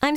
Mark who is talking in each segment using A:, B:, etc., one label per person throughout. A: I'm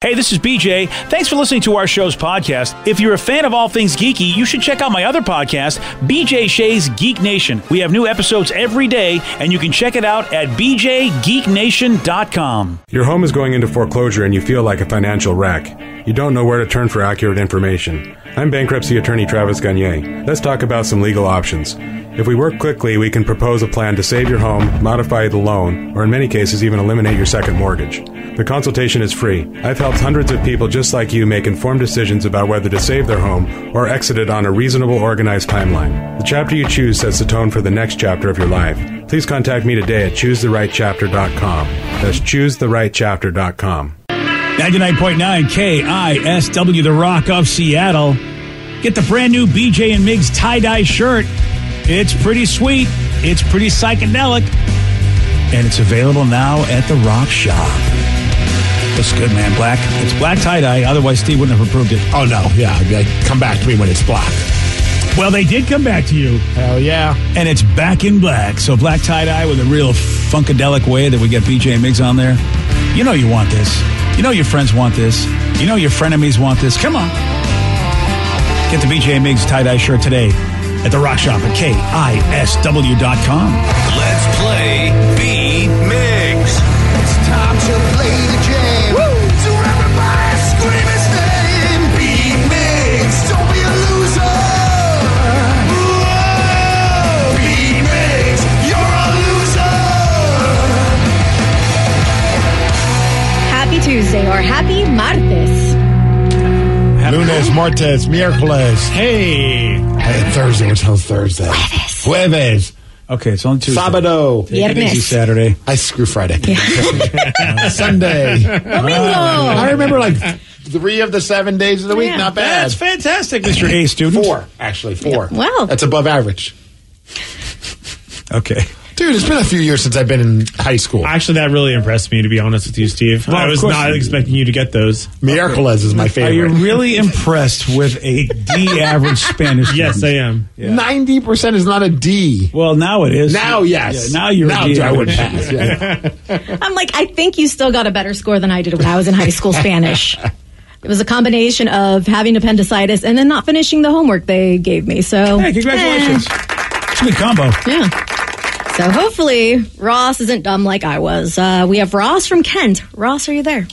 B: Hey, this is BJ. Thanks for listening to our show's podcast. If you're a fan of all things geeky, you should check out my other podcast, BJ Shays Geek Nation. We have new episodes every day, and you can check it out at bjgeeknation.com.
C: Your home is going into foreclosure and you feel like a financial wreck. You don't know where to turn for accurate information. I'm bankruptcy attorney Travis Gagne. Let's talk about some legal options. If we work quickly, we can propose a plan to save your home, modify the loan, or in many cases, even eliminate your second mortgage. The consultation is free. I've helped hundreds of people just like you make informed decisions about whether to save their home or exit it on a reasonable, organized timeline. The chapter you choose sets the tone for the next chapter of your life. Please contact me today at choosetherightchapter.com. That's choosetherightchapter.com.
B: 99.9 KISW, The Rock of Seattle. Get the brand new BJ and Migs tie dye shirt. It's pretty sweet, it's pretty psychedelic, and it's available now at The Rock Shop. Looks good, man. Black. It's black tie dye. Otherwise, Steve wouldn't have approved it.
D: Oh no, yeah, like, come back to me when it's black.
B: Well, they did come back to you,
D: Hell yeah.
B: and it's back in black. So black tie dye with a real funkadelic way that we get BJ and Migs on there. You know you want this. You know your friends want this. You know your frenemies want this. Come on, get the BJ and Migs tie dye shirt today at the Rock Shop at kisw.com.
E: Let's play B Migs. It's time to play the game. So everybody scream his name. B Migs. Don't be a loser. Whoa. B Migs. You're a loser.
F: Happy Tuesday or happy martes.
D: Lunes, martes, miércoles.
B: Hey.
D: Hey, Thursday. What hell's Thursday? Jueves.
B: Okay, it's on Tuesday.
D: Sábado.
B: Take it easy
F: Viernes.
B: Saturday.
D: I screw Friday. Sunday. I remember like three of the seven days of the week.
F: Yeah.
D: Not bad.
B: That's fantastic, Mr. A student.
D: Four, actually, four.
F: Wow.
D: That's above average.
B: Okay.
D: Dude, it's been a few years since I've been in high school.
G: Actually, that really impressed me, to be honest with you, Steve.
B: Well,
G: I
B: of
G: was
B: course
G: not
B: you did.
G: expecting you to get those.
D: Miércoles is my
B: Are you
D: favorite.
B: really impressed with a D average Spanish?
G: Yes, I
B: student?
G: am.
D: Ninety percent is not a D.
B: Well, now it is.
D: Now, yes.
B: Yeah, now you're
D: Now
B: a D
D: I would
B: average.
D: pass. yeah.
F: I'm like, I think you still got a better score than I did when I was in high school Spanish. It was a combination of having appendicitis and then not finishing the homework they gave me. So,
B: Hey, congratulations. It's a good combo.
F: Eh, yeah. So hopefully Ross isn't dumb like I was. Uh, we have Ross from Kent. Ross, are you there?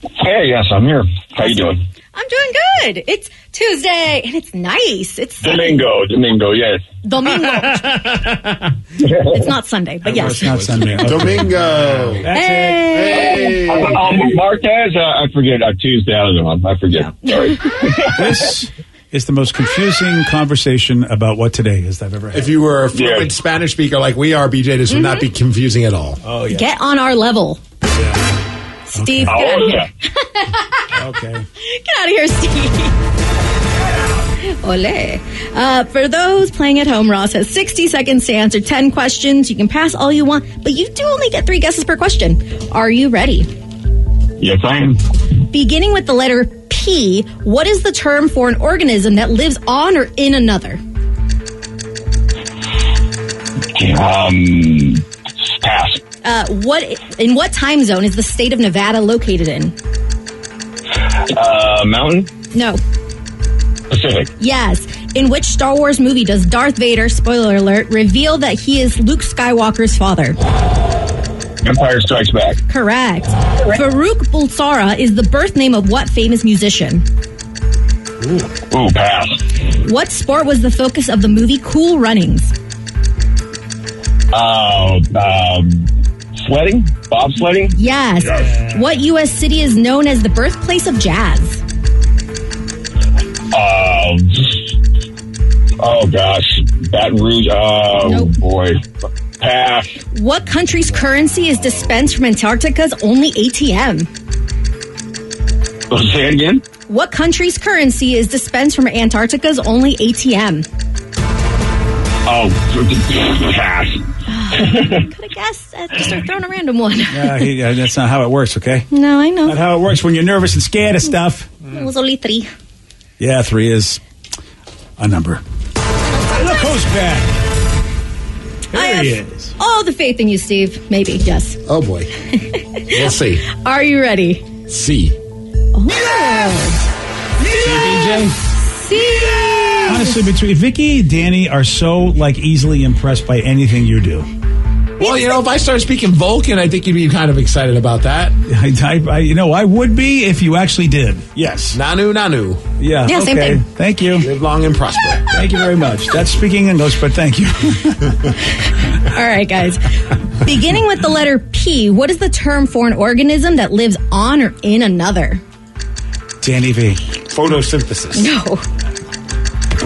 H: Hey, yes, I'm here. How you doing?
F: I'm doing good. It's Tuesday and it's nice. It's
H: Domingo, Domingo, yes.
F: Domingo. it's not Sunday, but yes.
B: It's not Sunday. Okay.
D: Domingo.
B: That's it.
D: Hey.
H: Um, Marquez, uh, I forget. Uh, Tuesday, I don't know. I forget. Sorry.
B: This is the most confusing conversation about what today is that I've ever had.
D: If you were a fluent
H: Yeah.
D: Spanish speaker like we are, BJ, this would not
F: Mm-hmm.
D: be confusing at all.
B: oh, yeah.
F: Get on our level. Steve, get out
H: Oh,
F: of here.
H: yeah.
B: Okay.
F: Get out of here, Steve. Ole. Uh, for those playing at home, Ross has 60 seconds to answer 10 questions. You can pass all you want, but you do only get three guesses per question. Are you ready?
H: Yes, I am.
F: Beginning with the letter P, what is the term for an organism that lives on or in another?
H: Um, pass.
F: Uh, what in what time zone is the state of Nevada located in?
H: Uh, mountain?
F: No.
H: Pacific.
F: Yes. In which Star Wars movie does Darth Vader, spoiler alert, reveal that he is Luke Skywalker's father?
H: Empire Strikes Back.
F: Correct. Farouk Bulsara is the birth name of what famous musician?
H: Ooh, Ooh pass.
F: What sport was the focus of the movie Cool Runnings?
H: Uh, um, sledding? Bobsledding?
F: Yes. What U.S. city is known as the birthplace of jazz?
H: Um, oh, gosh. Baton Rouge. Oh, boy. Pass.
F: What country's currency is dispensed from Antarctica's only ATM?
H: Say it again.
F: What country's currency is dispensed from Antarctica's only ATM?
H: Oh, pass.
F: Could have guessed. I just started throwing a random one.
B: Uh, he, uh, that's not how it works, okay?
F: no, I know.
B: Not how it works when you're nervous and scared of stuff.
F: It was only three.
B: Yeah, three is a number. Look who's back.
F: I
B: There
F: have
B: he is.
F: all the faith in you, Steve. Maybe, yes.
E: Oh boy. we'll see.
F: Are you ready? Oh.
E: See.
F: See?
B: Honestly, between Vicky and Danny are so like easily impressed by anything you do.
D: Well, you know, if I start speaking Vulcan, I think you'd be kind of excited about that.
B: I, I, I- you know, I would be if you actually did. Yes.
D: Nanu, nanu.
B: Yeah.
F: Yeah, same
B: okay.
F: thing.
B: Thank you.
D: Live long and prosper.
B: Thank you very much. That's speaking English, but thank you.
F: All right, guys. Beginning with the letter P, what is the term for an organism that lives on or in another?
B: Danny V.
D: Photosynthesis.
F: No,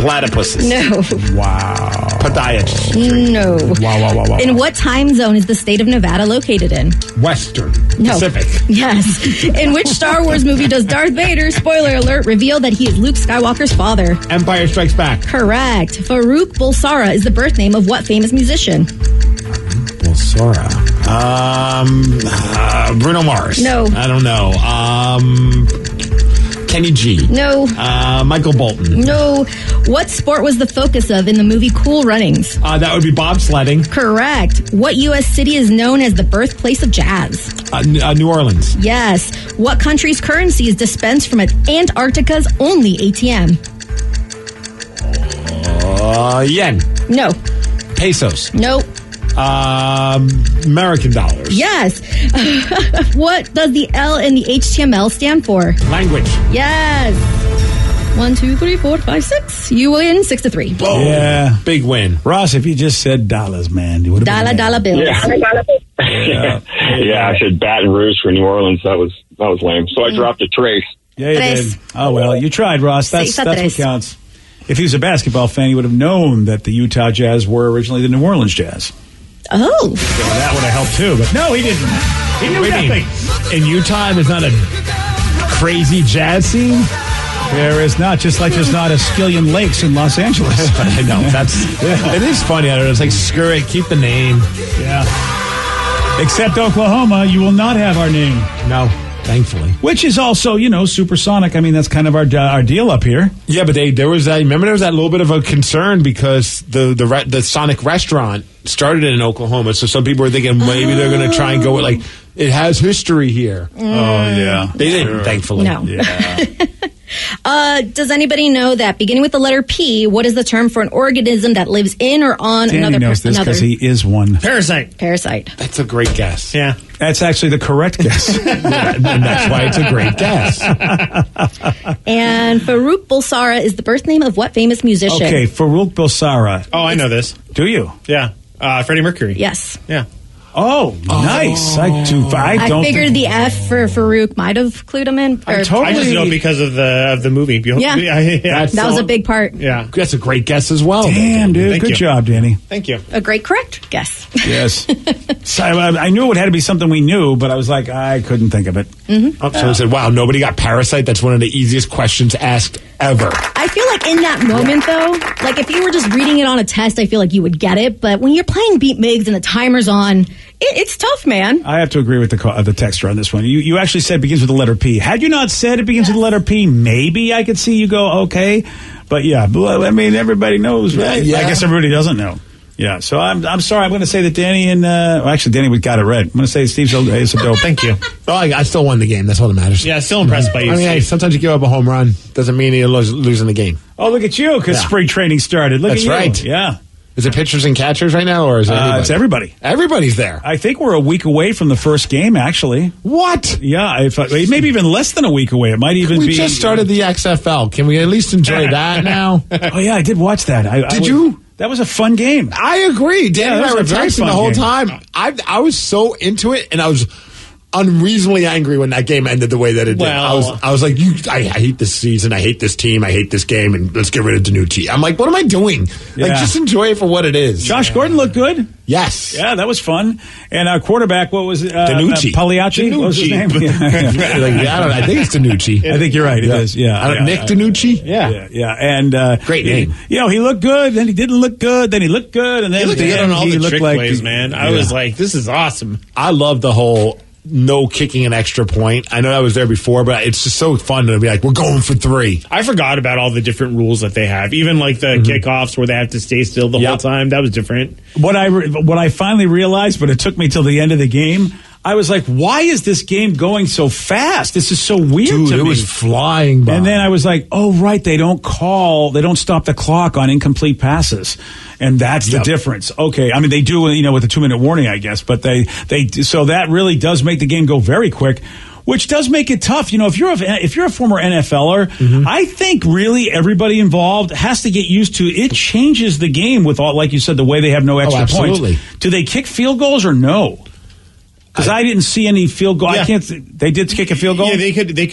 D: Platypuses.
F: no,
B: Wow.
D: Podiatrists.
F: no.
B: Wow, wow, wow, wow.
F: In what time zone is the state of Nevada located in?
D: Western.
F: No.
D: Pacific.
F: Yes. In which Star Wars movie does Darth Vader, spoiler alert, reveal that he is Luke Skywalker's father?
D: Empire Strikes Back.
F: Correct. Farouk Bulsara is the birth name of what famous musician?
D: Well, Sora. Um, uh, Bruno Mars.
F: No.
D: I don't know. Um, Kenny G.
F: No.
D: Uh, Michael Bolton.
F: No. What sport was the focus of in the movie Cool Runnings?
D: Uh, that would be bobsledding.
F: Correct. What U.S. city is known as the birthplace of jazz?
D: Uh, N- uh, New Orleans.
F: Yes. What country's currency is dispensed from Antarctica's only ATM?
D: Uh, yen.
F: No.
D: Pesos.
F: No.
D: Um, American dollars.
F: Yes. what does the L in the HTML stand for?
D: Language.
F: Yes. One, two, three, four, five, six. You win six to three.
D: Boom.
B: Yeah.
D: Oh, Big win.
B: Ross, if you just said dollars, man, you would have
F: Dollar, dollar bills.
H: Yeah. yeah. I said Baton Rouge for New Orleans. That was that was lame. So I dropped a trace.
B: Yeah, you
F: Tres.
B: did. Oh well, you tried, Ross. That's
F: Seis a
B: that's what
F: tres.
B: counts. If he was a basketball fan, he would have known that the Utah Jazz were originally the New Orleans Jazz.
F: Oh.
B: Well, that would have helped too, but no, he didn't. He knew
D: What do you mean?
B: nothing.
D: In Utah, there's not a crazy jazz scene.
B: There is not, just like there's not a Skillion Lakes in Los Angeles.
D: I know that's. It is funny. I don't know. It's like screw it, keep the name.
B: Yeah. Except Oklahoma, you will not have our name,
D: No, thankfully.
B: which is also, you know, supersonic. I mean, that's kind of our uh, our deal up here.
D: Yeah, but they there was that. Remember, there was that little bit of a concern because the the re- the Sonic restaurant started in Oklahoma, so some people were thinking maybe they're going to try and go with like it has history here.
B: Oh yeah.
D: They didn't, thankfully.
F: No. Uh, does anybody know that beginning with the letter P, what is the term for an organism that lives in or on
B: Danny
F: another per-
B: knows this
F: another
B: because he is one.
G: Parasite.
F: parasite?
D: That's a great guess.
G: Yeah.
B: That's actually the correct guess.
D: and that's why it's a great guess.
F: And Farouk Bulsara is the birth name of what famous musician?
B: okay, Farouk Bilsara.
G: Oh, I know this.
B: Do you?
G: Yeah. Uh, Freddie Mercury.
F: Yes.
G: Yeah.
B: Oh, nice.
D: Oh.
B: I do. I
F: I
B: don't.
F: figured
B: think-
F: the F for Farouk might have clued him in.
B: I
F: or-
B: totally-
G: I just know because of the of the movie. Behold-
F: Yeah.
G: yeah. yeah.
D: That's-
F: that was a big part.
G: Yeah.
D: That's a great guess as well.
B: Damn, dude.
G: Thank
B: Good
G: you.
B: job, Danny.
G: Thank you.
F: A great correct guess.
B: Yes. so I, I knew it had to be something we knew, but I was like, I couldn't think of it.
F: Mm-hmm.
D: Oh, so I said, "Wow, nobody got parasite." That's one of the easiest questions asked ever.
F: I feel like in that moment, though, like if you were just reading it on a test, I feel like you would get it. But when you're playing Beat Migs and the timer's on, it, it's tough, man.
B: I have to agree with the co- uh, the texture on this one. You you actually said it begins with the letter P. Had you not said it begins with the letter P, maybe I could see you go okay. But yeah, bl- I mean everybody knows, right?
D: Yeah, yeah.
B: I guess everybody doesn't know. Yeah, so I'm I'm sorry. I'm going to say that Danny and uh, well, actually Danny we got it right. I'm going to say Steve's a, is a dope.
G: Thank you.
D: Oh, I, I still won the game. That's all that matters.
G: Yeah. Still impressed by you.
D: I mean, hey,
G: Steve.
D: sometimes you give up a home run doesn't mean you're lo- losing the game.
B: Oh, look at you because
D: Yeah.
B: spring training started. Look
D: That's
B: at you.
D: right.
B: Yeah.
D: Is it pitchers and catchers right now, or is it
B: Uh,
D: everybody?
B: it's everybody.
D: Everybody's there.
B: I think we're a week away from the first game, actually.
D: What?
B: Yeah, if I, maybe even less than a week away. It might even
D: we
B: be.
D: just started the XFL. Can we at least enjoy that now?
B: oh yeah, I did watch that. I, I
D: Did
B: was-
D: you?
B: That was a fun game.
D: I agree. Dan
B: Yeah,
D: and
B: that
D: I were
B: was a very
D: texting
B: fun
D: the whole
B: game.
D: time. I I was so into it, and I was unreasonably angry when that game ended the way that it did. I was
G: Well-
D: I was like, you, I, I hate this season. I hate this team. I hate this game. And let's get rid of Danucci. I'm like, what am I doing? Like,
B: Yeah.
D: just enjoy it for what it is.
B: Josh Gordon looked good.
D: Yes.
B: Yeah, that was fun. And our quarterback, what was it? Uh,
D: Danucci.
B: Uh, Pagliacci? What was his name? Yeah.
D: like, I, don't, I think it's Danucci.
B: I think you're right. It is. Yeah.
D: I don't-
B: Yeah.
D: Nick Danucci.
G: Yeah.
B: Yeah, yeah, and uh,
D: Great
B: he-
D: name.
B: You know, he looked good. Then he didn't look good. Then he looked good. And then
G: He looked
B: at
G: good
B: the
G: on
B: end,
G: all
B: he
G: the
B: looked
G: trick
B: like
G: plays, man. I was like, this is awesome.
D: I love the whole no kicking an extra point. I know I was there before, but it's just so fun to be like, we're going for three.
G: I forgot about all the different rules that they have. Even like the
B: Mm-hmm.
G: kickoffs where they have to stay still the whole
D: Yep.
G: time. That was different.
B: what I re- what I finally realized, but it took me till the end of the game. I was like, why is this game going so fast? This is so weird
D: Dude,
B: to
D: it
B: me.
D: was flying by.
B: and then I was like, oh right, they don't call, they don't stop the clock on incomplete passes, and that's the
D: Yep.
B: difference. Okay, I mean they do, you know, with the two minute warning, I guess, but they they so that really does make the game go very quick. Which does make it tough, you know. If you're a, if you're a former NFLer,
D: Mm-hmm.
B: I think really everybody involved has to get used to it. Changes the game with all, like you said, the way they have no extra
D: Oh, absolutely.
B: points. Do they kick field goals or no? Because I, didn't see any field goal. I
G: Yeah.
B: can't. They did kick a field goal.
G: Yeah, they could. They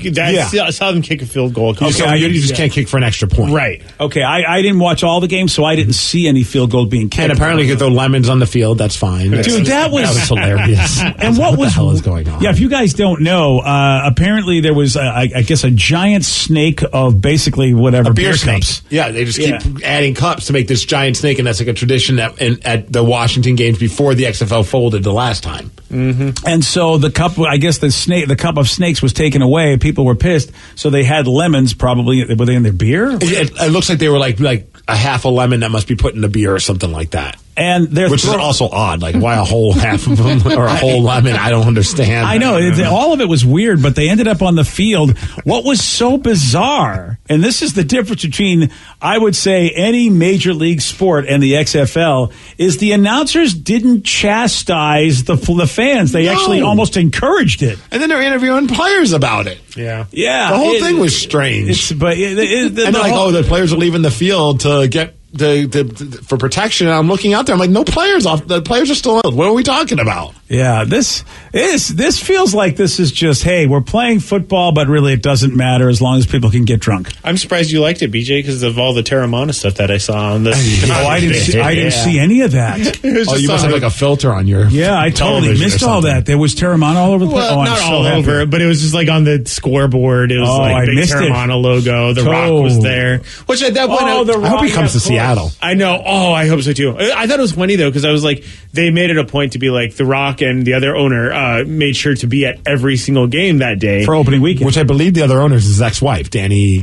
G: could. I
B: Yeah.
G: saw- I saw them kick a field goal. a couple
D: You just
B: Okay,
D: can't-
B: I-
D: you just
B: yeah.
D: can't kick for an extra point.
G: Right.
B: Okay, I, I didn't watch all the games, so I didn't see any field goal being kicked.
D: And apparently you can throw lemons on the field. That's fine.
B: Dude, that was-
D: hilarious.
B: and what, was
D: the hell is going on?
B: Yeah, if you guys don't know, uh, apparently there was, uh, I, I guess, a giant snake of basically whatever
D: a beer, snake.
B: cups.
D: Yeah, they just
B: Yeah.
D: keep adding cups to make this giant snake, and that's like a tradition that in, at the Washington games before the XFL folded the last time. Mm-hmm.
B: And so the cup, I guess the snake, the cup of snakes was taken away. People were pissed, so they had lemons. Probably were they in their beer?
D: It, it looks like they were like like a half a lemon that must be put in a beer or something like that.
B: And they're
D: Which is
B: throw-
D: also odd. Like, why a whole half of them or a whole lemon? I don't understand.
B: I know. It, all of it was weird, but they ended up on the field. What was so bizarre, and this is the difference between, I would say, any major league sport and the XFL, is the announcers didn't chastise the, the fans. They
D: No.
B: actually almost encouraged it.
D: And then they're interviewing players about it.
G: Yeah.
B: Yeah.
D: The whole
B: it-
D: thing was strange.
B: It's, but it, it- the,
D: and
B: the
D: they're like,
B: whole-
D: oh, the players are leaving the field to get the, the, the- for protection. And I'm looking out there. I'm like, no players off. The players are still out. What are we talking about?
B: Yeah, this is this feels like this is just hey, we're playing football, but really it doesn't matter as long as people can get drunk.
G: I'm surprised you liked it, BJ, because of all the Terramana stuff that I saw on this.
B: Oh, I didn't see, I didn't see any of that.
G: It was
D: Oh,
G: just
D: you must
G: on-
D: have like a filter on your.
B: Yeah, I totally
D: television or
B: missed all
D: something.
B: that. There was Terramana all over the place.
G: Well,
B: oh, I'm
G: not
B: so
G: all
B: happy.
G: over, but it was just like on the scoreboard. It was
B: Oh, I
G: like big
B: missed it.
G: Terramana logo. The Rock was
B: Oh.
G: there, which at that point,
B: Oh,
G: I,
B: The
D: I hope he comes
B: Rock, yeah,
D: to
B: of course.
D: Seattle.
G: I know. Oh, I hope so too. I, I thought it was funny though because I was like, they made it a point to be like the Rock and the other owner uh, made sure to be at every single game that day.
B: for opening weekend.
D: Which I believe the other owner is his ex wife, Danny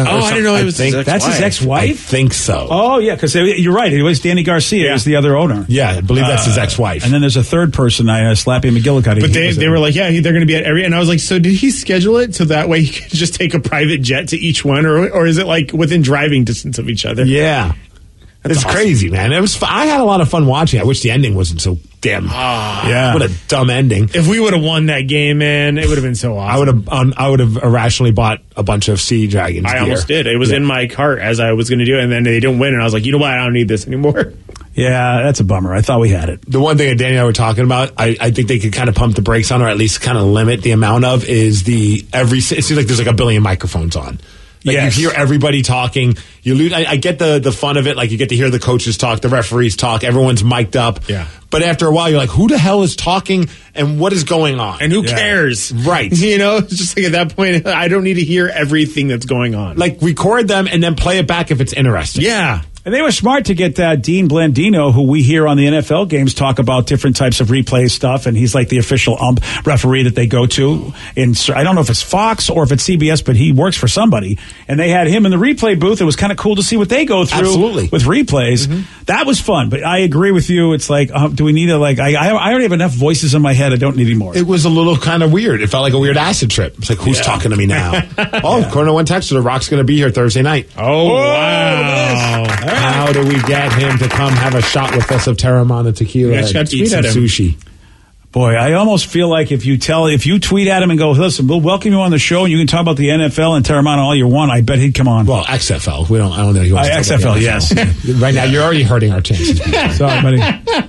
G: Oh,
D: or
G: I didn't
D: something.
G: know it was his
B: That's his
D: I
B: ex-wife.
D: think so.
B: oh yeah, because you're right. It was Danny Garcia
G: Yeah.
B: is the other owner.
D: Yeah, I believe that's his ex wife.
B: And then there's a third person, I uh, Slappy McGillicuddy.
G: But
B: He
G: they,
B: was
G: they
B: a-
G: were like, yeah, they're going to be at every. And I was like, so did he schedule it so that way he could just take a private jet to each one, or or is it like within driving distance of each other?
D: yeah. it's crazy, man. It was. fu- I had a lot of fun watching. it. I wish the ending wasn't so damn.
G: Ah.
B: Yeah.
D: What a dumb ending.
G: If we would have won that game, man, it would have been so awesome.
D: I would have. Um, I would have irrationally bought a bunch of Sea Dragons.
G: I
D: gear.
G: almost did. It was in my cart as I was going to do it, and then they didn't win, and I was like, you know what? I don't need this anymore.
B: yeah, that's a bummer. I thought we had it.
D: the one thing that Danny and I were talking about, I, I think they could kind of pump the brakes on, or at least kind of limit the amount of, is the every. It seems like there's like a billion microphones on. Like
B: Yes.
D: you hear everybody talking. You lose. I, I get the the fun of it. Like you get to hear the coaches talk, the referees talk. Everyone's mic'd up.
G: Yeah.
D: But after a while, you're like, who the hell is talking and what is going on?
G: And who
D: Yeah.
G: cares?
D: Right.
G: You know, it's just like at that point, I don't need to hear everything that's going on.
D: Like record them and then play it back if it's interesting.
G: yeah.
B: And they were smart to get uh, Dean Blandino, who we hear on the NFL games talk about different types of replay stuff, and he's like the official ump referee that they go to. In I don't know if it's Fox or if it's CBS, but he works for somebody. And they had him in the replay booth. It was kind of cool to see what they go through
D: Absolutely. Mm-hmm.
B: with replays. That was fun. But I agree with you. It's like, uh, do we need a like? I I I already have enough voices in my head. I don't need any more.
D: It was a little kind of weird. It felt like a weird acid trip. It's like, who's talking to me now? oh, according to one texter, The Rock's going to be here Thursday night.
G: Oh,
B: All
G: wow.
B: right.
D: how do we get him to come have a shot with us of Terramana tequila
B: Yeah, just gotta
D: and
B: tweet
D: eat some
B: at him.
D: sushi?
B: Boy, I almost feel like if you tell, if you tweet at him and go, listen, we'll welcome you on the show and you can talk about the NFL and Terramana all you want, I bet he'd come on. Well,
D: XFL. We don't, I don't know. He
B: Uh,
D: wants to talk about
B: XFL,
D: the
B: yes.
D: NFL. right now, you're already hurting our chances.
B: Sorry, buddy.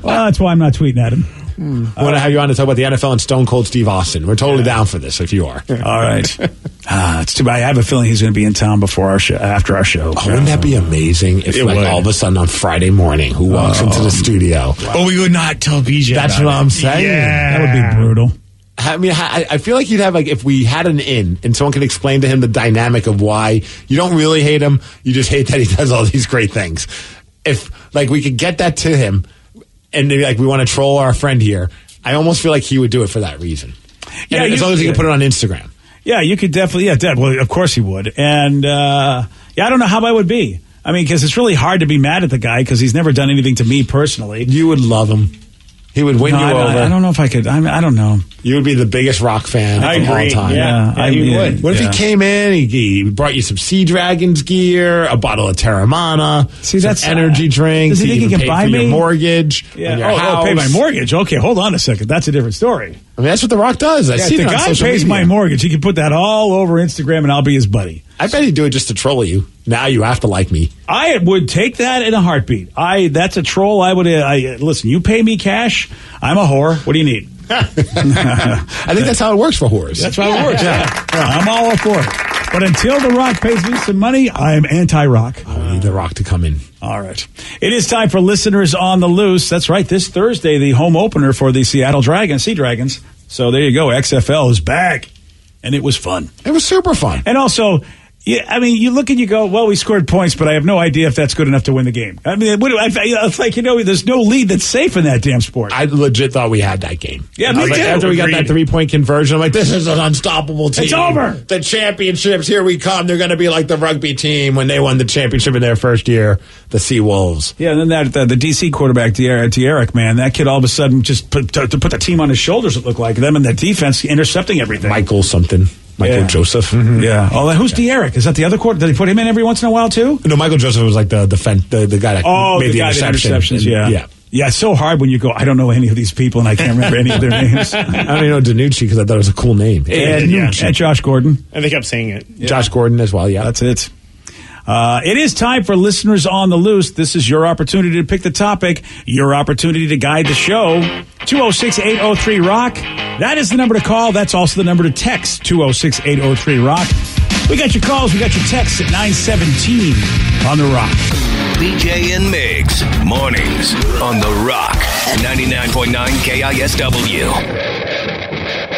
B: Well, that's why I'm not tweeting at him.
D: I want to have you on to talk about the NFL and Stone Cold Steve Austin. We're totally down for this if you are.
B: All right. Ah, it's too bad. I have a feeling he's going to be in town before our show, after our show.
D: Oh, wouldn't that be amazing if,
B: It
D: like,
B: would.
D: all of a sudden on Friday morning, who walks into the studio?
G: Oh, we would not tell BJ.
D: That's
G: about
D: what
G: it.
D: I'm saying.
G: Yeah.
B: That would be brutal.
D: I mean, I, I feel like you'd have like if we had an in and someone could explain to him the dynamic of why you don't really hate him, you just hate that he does all these great things. If like we could get that to him, and they'd be like we want to troll our friend here, I almost feel like he would do it for that reason.
B: Yeah,
D: Yeah, as
B: you-
D: long as he can put it on Instagram.
B: Yeah, you could definitely. Yeah, Deb. Well, of course he would. And uh, yeah, I don't know how I would be. I mean, because it's really hard to be mad at the guy because he's never done anything to me personally.
D: You would love him. He would win
B: No,
D: you
B: I,
D: over.
B: I don't know if I could. I, mean, I don't know.
D: You would be the biggest rock fan
B: I
D: of
B: agree.
D: all time.
B: Yeah. Yeah, Yeah, you I mean, would.
D: What if
B: yeah.
D: he came in, he, he brought you some Sea Dragons gear, a bottle of Terramana,
B: See,
D: some
B: that's- uh,
D: energy drinks.
B: Does he think he
D: even
B: can
D: paid
B: buy
D: for your
B: me?
D: mortgage?
B: Yeah.
D: and your
B: Oh, oh, pay my
D: house.
B: mortgage. Okay, hold on a second. That's a different story.
D: I mean, that's what The Rock does. I
B: Yeah,
D: see
B: if the guy pays my mortgage, he can put that all over Instagram, and I'll be his buddy.
D: I bet he'd do it just to troll you. Now you have to like me.
B: I would take that in a heartbeat. I that's a troll. I would. uh, I listen. You pay me cash. I'm a whore. What do you need?
D: I think that's how it works for whores.
B: That's how it works. Yeah. I'm all for it. But until The Rock pays me some money, I'm anti Rock.
D: I need The Rock to come in.
B: All right. It is time for listeners on the loose. That's right. This Thursday, the home opener for the Seattle Dragons, Sea Dragons. So there you go. XFL is back. And it was fun.
D: It was super fun.
B: And also, yeah, I mean, you look and you go, well, we scored points, but I have no idea if that's good enough to win the game. I mean, what do I, it's like, you know, there's no lead that's safe in that damn sport.
D: I legit thought we had that game.
B: Yeah,
D: I
B: me
D: was like,
B: too.
D: After we got that
B: Agreed.
D: three point conversion, I'm like, this is an unstoppable team.
B: It's over.
D: The championships, here we come. They're going to be like the rugby team when they won the championship in their first year, the Sea Wolves.
B: Yeah, and then that uh, the, the DC quarterback Derek, man, that kid all of a sudden just put, to, to put the team on his shoulders. It looked like them and the defense intercepting everything.
D: Michael something. Michael
B: Yeah.
D: Joseph.
B: Yeah. Oh, who's Derek? Is that the other quarter? Did he put him in every once in a while too?
D: No, Michael Joseph was like the defen- the, the guy that
B: Oh,
D: made
B: the,
D: the,
B: guy that
D: interception.
B: interceptions. Yeah.
D: Yeah.
B: Yeah. It's so hard when you go. I don't know any of these people, and I can't remember any of their names.
D: I don't even know Danucci because I thought it was a cool name.
B: And,
G: yeah.
B: and Josh Gordon.
G: And they kept saying it.
D: Josh Gordon as well. Yeah.
B: That's it. Uh, it is time for listeners on the loose. This is your opportunity to pick the topic, your opportunity to guide the show. 206 803 Rock. That is the number to call. That's also the number to text 206 803 Rock. We got your calls, we got your texts at 917 on The Rock.
I: BJ and Migs, mornings on The Rock, 99.9 KISW.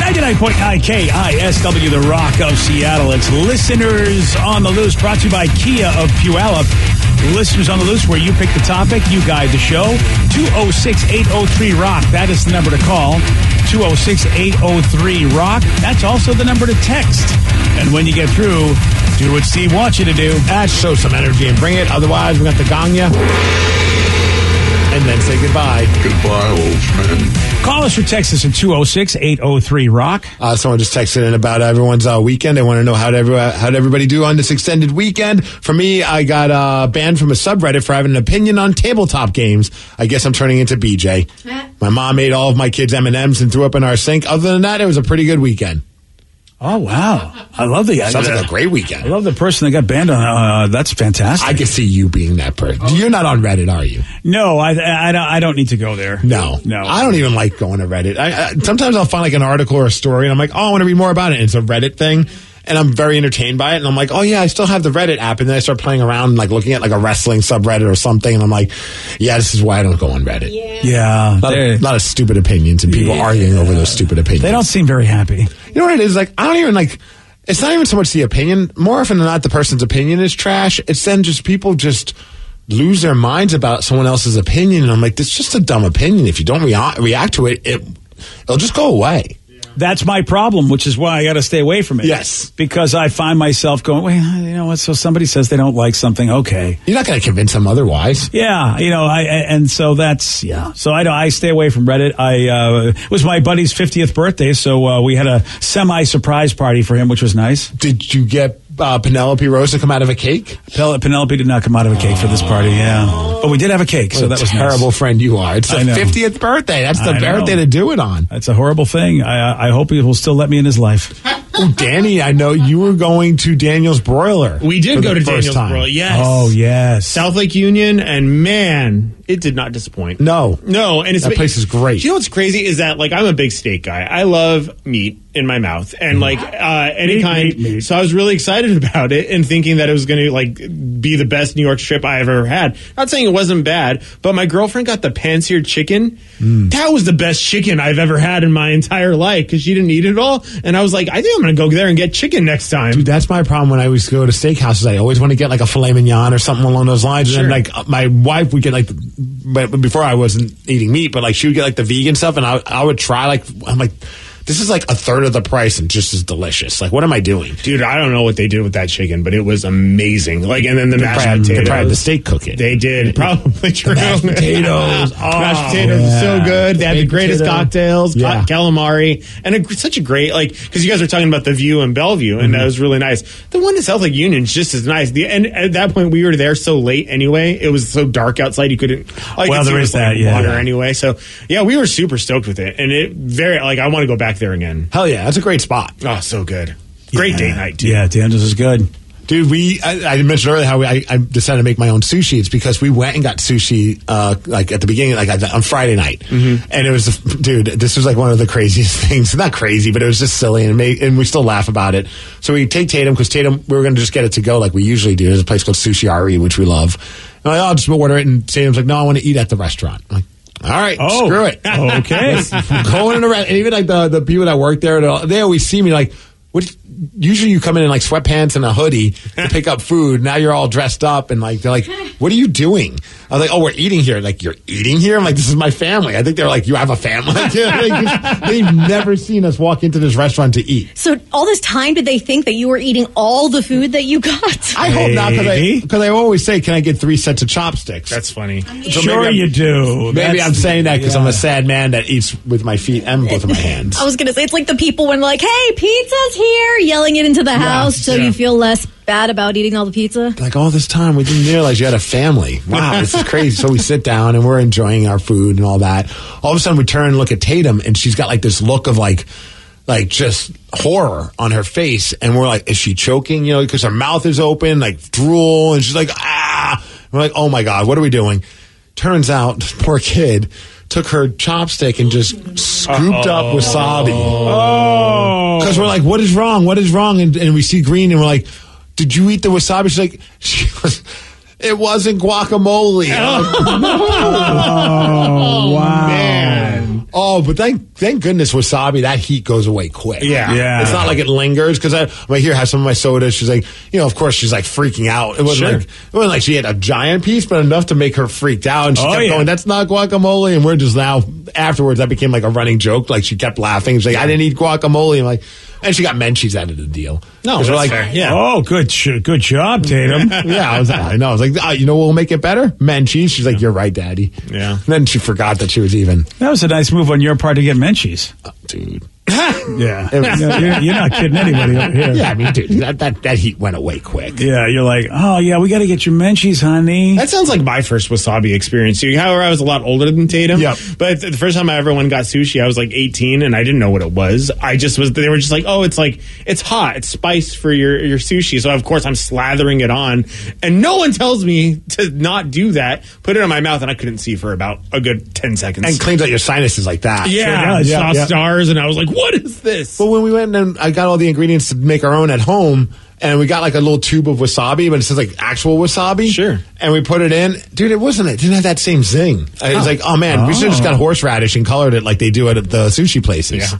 B: 99.9 KISW, The Rock of Seattle. It's Listeners on the Loose, brought to you by Kia of Puyallup. Listeners on the Loose, where you pick the topic, you guide the show. 206 803 Rock, that is the number to call. 206 803 Rock, that's also the number to text. And when you get through, do what Steve wants you to do.
D: That show some energy and bring it. Otherwise, we're going to gong you and then say goodbye.
B: Call us or text us at 206 803 Rock.
D: Uh, someone just texted in about everyone's uh, weekend. They want to know how every, how'd everybody do on this extended weekend. For me, I got uh, banned from a subreddit for having an opinion on tabletop games. I guess I'm turning into BJ. my mom ate all of my kids' M and M's and threw up in our sink. Other than that, it was a pretty good weekend.
B: Oh, wow. I love the
D: Sounds like a great
B: I
D: weekend.
B: love the person that got banned on. Uh, that's fantastic. Oh.
D: I can see you being that person. You're not on Reddit, are you?
B: No, I, I, I don't, I don't need to go there.
D: No,
B: no.
D: I don't even like going to Reddit. I, I, sometimes I'll find like an article or a story, and I'm like, oh, I want to read more about it. And it's a Reddit thing, and I'm very entertained by it. And I'm like, oh yeah, I still have the Reddit app. And then I start playing around, like looking at like a wrestling subreddit or something, and I'm like, yeah, this is why I don't go on Reddit.
B: Yeah,
D: A lot,
B: they-
D: of, lot of stupid opinions and people arguing over those stupid opinions.
B: they don't seem very happy.
D: You know what it is? Like I don't even like. It's not even so much the opinion. More often than not, the person's opinion is trash. It's then just people just lose their minds about someone else's opinion. And I'm like, it's just a dumb opinion. If you don't rea- react to it, it it'll just go away.
B: That's my problem, which is why I got to stay away from it.
D: Yes.
B: because I find myself going, well, you know what? So somebody says they don't like something. Okay,
D: You're not going to convince them otherwise.
B: yeah, you know, I I- and so that's yeah. So I don't. I stay away from Reddit. I uh, it was my buddy's fiftieth birthday, so uh, we had a semi surprise party for him, which was nice.
D: Did you get uh, Penelope Rose to come out of a cake?
B: Pel- Penelope did not come out of a cake for this party. Yeah, but we did have a cake, so
D: What a
B: that was
D: terrible
B: nice.
D: friend you are. It's the
B: I know.
D: 50th birthday. That's the
B: I know.
D: birthday to do it on.
B: That's a horrible thing. I I hope he will still let me in his life.
D: Oh, Danny, I know you were going to Daniel's Broiler.
G: We did
D: for
G: go
D: the
G: to
D: first
G: Daniel's
D: time.
G: Broil. Yes.
B: Oh yes.
G: South Lake Union, and man, it did not disappoint.
D: No.
G: No, and it's
D: That place is great.
G: You know what's crazy is that like I'm a big steak guy. I love meat in my mouth
D: Mm-hmm.
G: and like uh, any
B: Meat,
G: kind.
B: meat, meat.
G: So I was really excited about it and thinking that it was going to like be the best New York strip I ever had. Not saying it wasn't bad, but my girlfriend got the pan-seared chicken.
D: Mm.
G: That was the best chicken I've ever had in my entire life because she didn't eat it all, and I was like, I think I'm going to go there and get chicken next time.
D: Dude, that's my problem when I always go to steakhouses. I always want to get like a filet mignon or something along those lines.
G: Sure.
D: And then, like uh, my wife would get like, the- but before I wasn't eating meat, but like she would get like the vegan stuff, and I I would try like I'm like, this is like a third of the price and just as delicious. Like, what am I doing?
G: Dude, I don't know what they did with that chicken, but it was amazing. Like, and then the mashed
D: Probably-
G: potatoes.
D: They probably had the steak cook it.
G: They did probably true.
D: mashed potatoes. Oh,
G: mashed potatoes is so
D: yeah.
G: good. They had the
D: Baked
G: greatest
D: potato.
G: cocktails, ca-
D: Yeah.
G: calamari, and a, such a great like because you guys were talking about the view in Bellevue, and
D: Mm-hmm.
G: that was really nice. The one in South Lake Union is just as nice. The, and at that point, we were there so late anyway; it was so dark outside you couldn't. all you
B: Well,
G: could
B: there
G: see
B: is
G: was, like,
B: that, yeah.
G: Water anyway, so yeah, we were super stoked with it, and it very like I want to go back there again.
D: Hell yeah, that's a great spot.
G: Oh, so good. Great date night, dude.
B: Yeah, Daniel's is good.
D: Dude, we I, I mentioned earlier how we, I, I decided to make my own sushi. It's because we went and got sushi uh, like at the beginning, like I- on Friday night, and it was dude. This was like one of the craziest things. Not crazy, but it was just silly, and it made, and we still laugh about it. So we take Tatum because Tatum we were going to just get it to go like we usually do. There's a place called Sushi RE, which we love. And I'm like, "Oh, I'll just order it, and Tatum's like, "No, I want to eat at the restaurant." I'm like, all right,
B: Oh,
D: screw it.
B: okay.
D: going in around, and even like the, the people that work there, they'll- they always see me like, what, usually you come in in like sweatpants and a hoodie to pick up food. Now you're all dressed up and like, they're like, what are you doing? I was like, oh, we're eating here. Like, you're eating here? I'm like, this is my family. I think they're like, you have a family? Like, they've never seen us walk into this restaurant to eat.
F: So all this time, did they think that you were eating all the food that you got?
D: I hope not because I,
B: Maybe.
D: 'cause I always say, can I get three sets of chopsticks?
G: That's funny.
D: So maybe
B: sure
D: I'm-
B: you do.
D: Maybe
B: That's-
D: I'm saying that because I'm
B: yeah.
D: a sad man that eats with my feet and both of my hands.
F: I was gonna say it's like the people when like, "Hey, pizza's here!" yelling it into the house, so
G: yeah.
F: you feel less bad about eating all the pizza.
D: like all this time we didn't realize you had a family. Wow, this is crazy. so we sit down and we're enjoying our food and all that. All of a sudden we turn and look at Tatum and she's got like this look of like like just horror on her face and we're like is she choking, you know, because her mouth is open like drool and she's like ah. And we're like, "Oh my god, what are we doing?" Turns out this poor kid took her chopstick and just scooped up wasabi.
B: Oh.
D: Because we're like, what is wrong? What is wrong? And, and we see green and we're like, did you eat the wasabi? She's like, she was, it wasn't guacamole. I'm like,
B: Oh wow.
D: Man. Oh, but thank thank goodness wasabi, that heat goes away quick.
G: Yeah.
B: Yeah.
D: It's not like it lingers because I'm like, here, have some of my soda. She's like, you know, of course, she's like freaking out. It wasn't,
B: Sure.
D: like, it wasn't like she had a giant piece, but enough to make her freaked out. And she
B: Oh,
D: kept
B: yeah.
D: going, that's not guacamole. And we're just now, afterwards, that became like a running joke. Like she kept laughing. She's like, I didn't eat guacamole. I'm like, and she got Menchie's out of the deal.
G: No,
D: 'Cause we're
G: that's
D: like,
G: fair. Yeah.
B: Oh, good, sh- good job, Tatum.
D: yeah, I was. I know. I was like, oh, you know, what will make it better. Menchie's. She's like, you're right, Daddy.
G: Yeah.
D: And then she forgot that she was even.
B: That was a nice move on your part to get Menchie's.
D: Dude.
B: Yeah.
D: It was-
B: you're, you're not kidding anybody over here.
D: Yeah, I mean, dude, that, that that heat went away quick.
B: Yeah, you're like, oh, yeah, we got to get your Menchie's, honey.
G: That sounds like my first wasabi experience too. However, I was a lot older than Tatum.
D: Yep.
G: But the first time I ever went and got sushi, I was like 18 and I didn't know what it was. I just was, they were just like, oh, it's like, it's hot. It's spice for your, your sushi. So of course I'm slathering it on and no one tells me to not do that. Put it in my mouth and I couldn't see for about a good 10 seconds.
D: And cleans out your sinuses like that.
G: yeah. I
B: does.
G: saw
B: Yeah, yeah.
G: stars and I was like, what is this?
D: But when we went and I got all the ingredients to make our own at home, and we got like a little tube of wasabi, but it says like actual wasabi.
G: Sure.
D: And we put it in, dude. It wasn't. It didn't have that same zing. I was like, oh man, we should have just got horseradish and colored it like they do at the sushi places.
G: Yeah.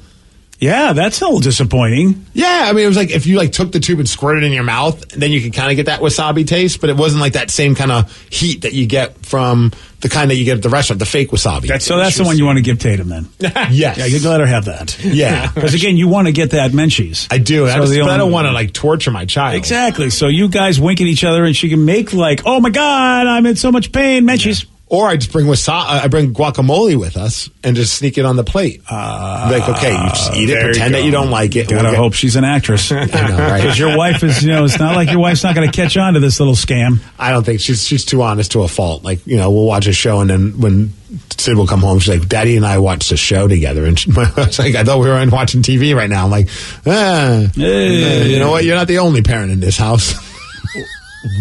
B: yeah, that's a little disappointing.
D: Yeah, I mean, it was like if you like took the tube and squirted it in your mouth, then you could kind of get that wasabi taste, but it wasn't like that same kind of heat that you get from the kind that you get at the restaurant, the fake wasabi.
B: so that's the one you want to give Tatum then.
D: yes,
B: yeah, you let her have that.
D: yeah.
B: Because again, you want to get that Menchie's.
D: I do.
B: So
D: I, just,
B: the
D: but I
B: only-
D: don't want to like torture my child.
B: Exactly. So you guys wink at each other, and she can make like, "Oh my God, I'm in so much pain." Menchie's.
D: Or I just bring wasa- I bring guacamole with us and just sneak it on the plate. Uh, like, okay, you just eat it,
B: Ah, there you
D: pretend that
B: go.
D: you don't like it.
B: Gotta
D: We'll get-
B: hope she's an actress.
D: right?
B: Because your wife is, you know, it's not like your wife's not going to catch on to this little scam.
D: I don't think she's she's too honest to a fault. Like you know, we'll watch a show and then when Sid will come home, she's like, "Daddy and I watched a show together," and she, I was like, "I thought we were on watching TV right now." I'm like, ah,
B: Hey.
D: you know what? You're not the only parent in this house.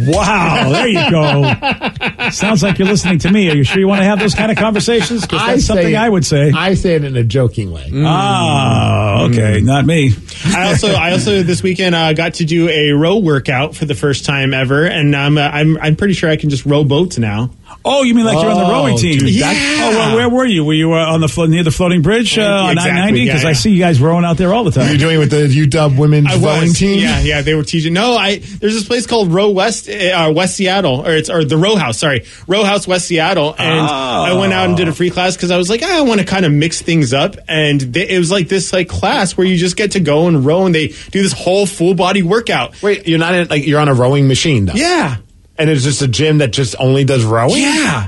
B: Wow, Oh, there you go. Sounds like you're listening to me. Are you sure you want to have those kind of conversations? Because that's something I would say.
D: I say it in a joking way.
G: Mm.
B: Ah, okay, not me.
G: I also, I also this weekend uh, got to do a row workout for the first time ever, and I'm, uh, I'm, I'm pretty sure I can just row boats now.
B: Oh, you mean like you're on the
G: Oh,
B: rowing team?
G: dude,
B: yeah.
G: that-
B: Oh, well, where were you? Were you uh, on the flo- near the floating bridge uh, on
G: Exactly,
B: 990? Because
G: yeah,
B: I
G: yeah.
B: see you guys rowing out there all the
D: You're
B: time.
D: doing with the UW women's
G: I
D: rowing
G: was.
D: team.
G: Yeah, yeah, they were teaching. No, I there's this place called Row West, uh, West Seattle, or it's or the Row House. Sorry, Row House West Seattle. And I
D: Ah.
G: went out and did a free class because I was like, "Ah, I want to kind of mix things up. And they, it was like this like class where you just get to go and row, and they do this whole full body workout.
D: Wait, you're not in, like you're on a rowing machine though.
G: Yeah,
D: and it's just a gym that just only does rowing.
G: yeah,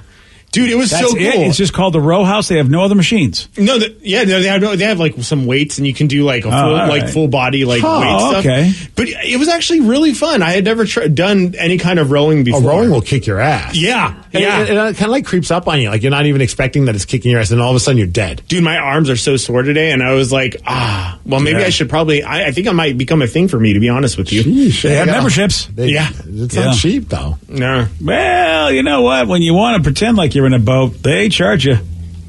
G: dude, it was
B: That's
G: so cool.
B: it. It's just called the row house. They have no other machines.
G: No, the, yeah, no, they have no, they have like some weights, and you can do
D: Oh,
G: like a full,
B: all
G: like
B: right.
G: full body like
B: Oh,
G: weight stuff.
B: okay.
G: But it was actually really fun. I had never tr- done any kind of rowing
D: A
G: before.
D: rowing will kick your ass.
G: yeah,
D: And
G: yeah.
D: It, it, kind of like creeps up on you. Like you're not even expecting that it's kicking your ass, and all of a sudden you're dead.
G: Dude, my arms are so sore today, and I was like, ah, well, maybe
D: Yeah.
G: I should probably. I, I think I might become a thing for me, to be honest with you.
B: They have memberships.
D: They-
G: Yeah.
D: It's
B: Yeah.
D: not cheap, though.
G: No,
B: Well, you know what? When you want to pretend like you're in a boat, they charge you.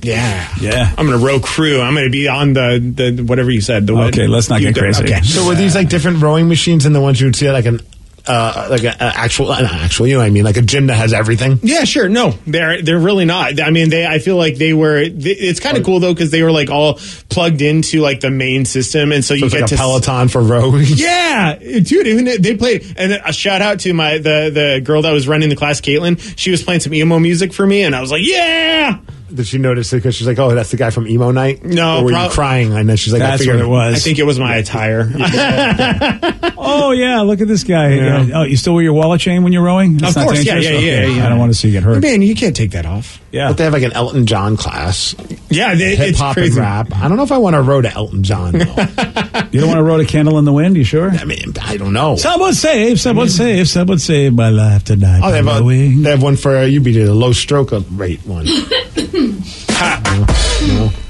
G: yeah,
B: Yeah.
G: I'm gonna row crew. I'm gonna be on the the whatever you said. The
B: Okay, let's not
G: you
B: get
G: did-
B: crazy.
G: Okay.
D: So were these like different rowing machines and the ones you would see at, like an uh, like an actual an actual you know what I mean like a gym that has everything?
G: Yeah, sure. No, they're they're really not. I mean, they. I feel like they were. They, it's kind of cool though because they were like all plugged into like the main system, and so,
D: So
G: you
D: it's
G: get
D: like
G: to
D: a
G: s-
D: Peloton for rowing.
G: Yeah, dude. Even they played. And a shout out to my the the girl that was running the class, Caitlin. She was playing some emo music for me, and I was like, yeah.
D: Did she notice it because she's like, oh, that's the guy from emo night?
G: No,
D: or were you
G: prob-
D: crying? And then she's like, I
B: That's
D: figured
B: what it
G: I
B: was.
G: think it was my attire.
B: Oh yeah, look at this guy.
G: Yeah.
B: Oh, you still wear your wallet chain when you're rowing? That's
G: Of
B: not
G: course, yeah,
B: dangerous?
G: yeah, yeah,
B: Okay,
G: yeah.
B: I don't want to see you get hurt.
G: Man, you can't take that off.
B: Yeah.
D: But they have like an Elton John class,
G: Yeah, they,
D: hip
G: it's
D: hop and
G: crazy.
D: rap. I don't know if I want to row to Elton John. Though.
B: You don't want to roll a candle in the wind, you sure?
D: I mean, I don't know.
B: Someone save, someone save, someone save my life tonight.
D: Oh, they have,
B: by
D: a,
B: rowing.
D: they have one for uh, you. Be the low stroke rate one.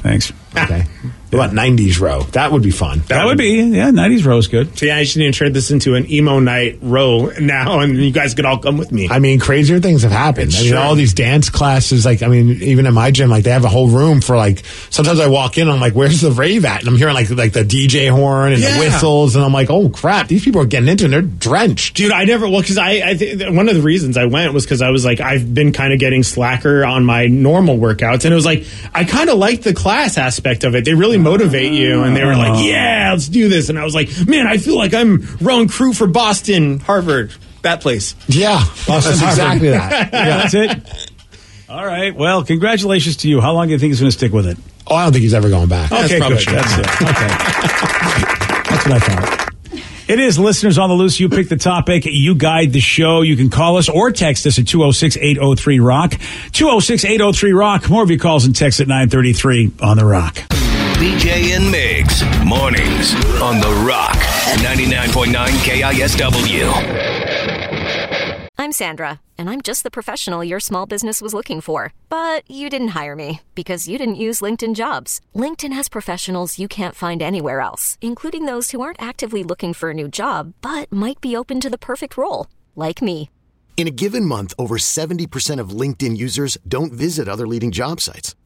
B: Thanks.
D: Okay, what '90s row? That would be fun.
B: That would be yeah, nineties row's good.
G: So yeah, I should need to turn this into an emo night row now, and you guys could all come with me.
D: I mean, crazier things have happened. I mean,
G: Sure.
D: all these dance classes, like, I mean, even at my gym, like, they have a whole room for, like, sometimes I walk in, I'm like, where's the rave at? And I'm hearing, like, like the DJ horn and
G: Yeah.
D: the whistles, and I'm like, oh, crap, these people are getting into it, and they're drenched.
G: Dude, I never well because I, I th- th- one of the reasons I went was because I was like I've been kind of getting slacker on my normal workouts, and it was like I kind of liked the class aspect of it. They really motivate you, and they were
B: Oh.
D: Oh.
G: like, "Yeah, let's do this," and I was like, "Man, I feel like I'm rowing crew for Boston, Harvard, that place."
D: Yeah, that's
B: Harvard.
D: exactly that. Yeah.
B: That's it. All right. Well, congratulations to you. How long do you think he's going to stick with it?
D: Oh, I don't think he's ever going back.
B: Okay,
G: probably
B: good.
G: true.
B: That's it. Okay. That's what I thought. It is listeners on the loose. You pick the topic. You guide the show. You can call us or text us at 206-803 Rock. 206-803 Rock. More of your calls and texts at 933 on the Rock.
I: BJ and Migs, mornings on The Rock, 99.9 KISW.
A: I'm Sandra, and I'm just the professional your small business was looking for. But you didn't hire me because you didn't use LinkedIn jobs. LinkedIn has professionals you can't find anywhere else, including those who aren't actively looking for a new job but might be open to the perfect role, like me.
J: In a given month, over 70% of LinkedIn users don't visit other leading job sites.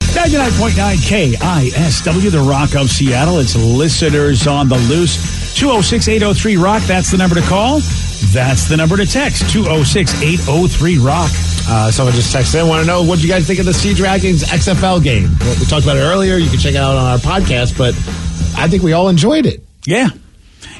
B: 99.9 KISW, the Rock of Seattle. It's listeners on the loose. 206 803 Rock, that's the number to call. That's the number to text 206 803 Rock.
D: Uh, someone just texted in, want to know what you guys think of the Sea Dragons XFL game? Well, we talked about it earlier. You can check it out on our podcast, but I think we all enjoyed it.
B: Yeah.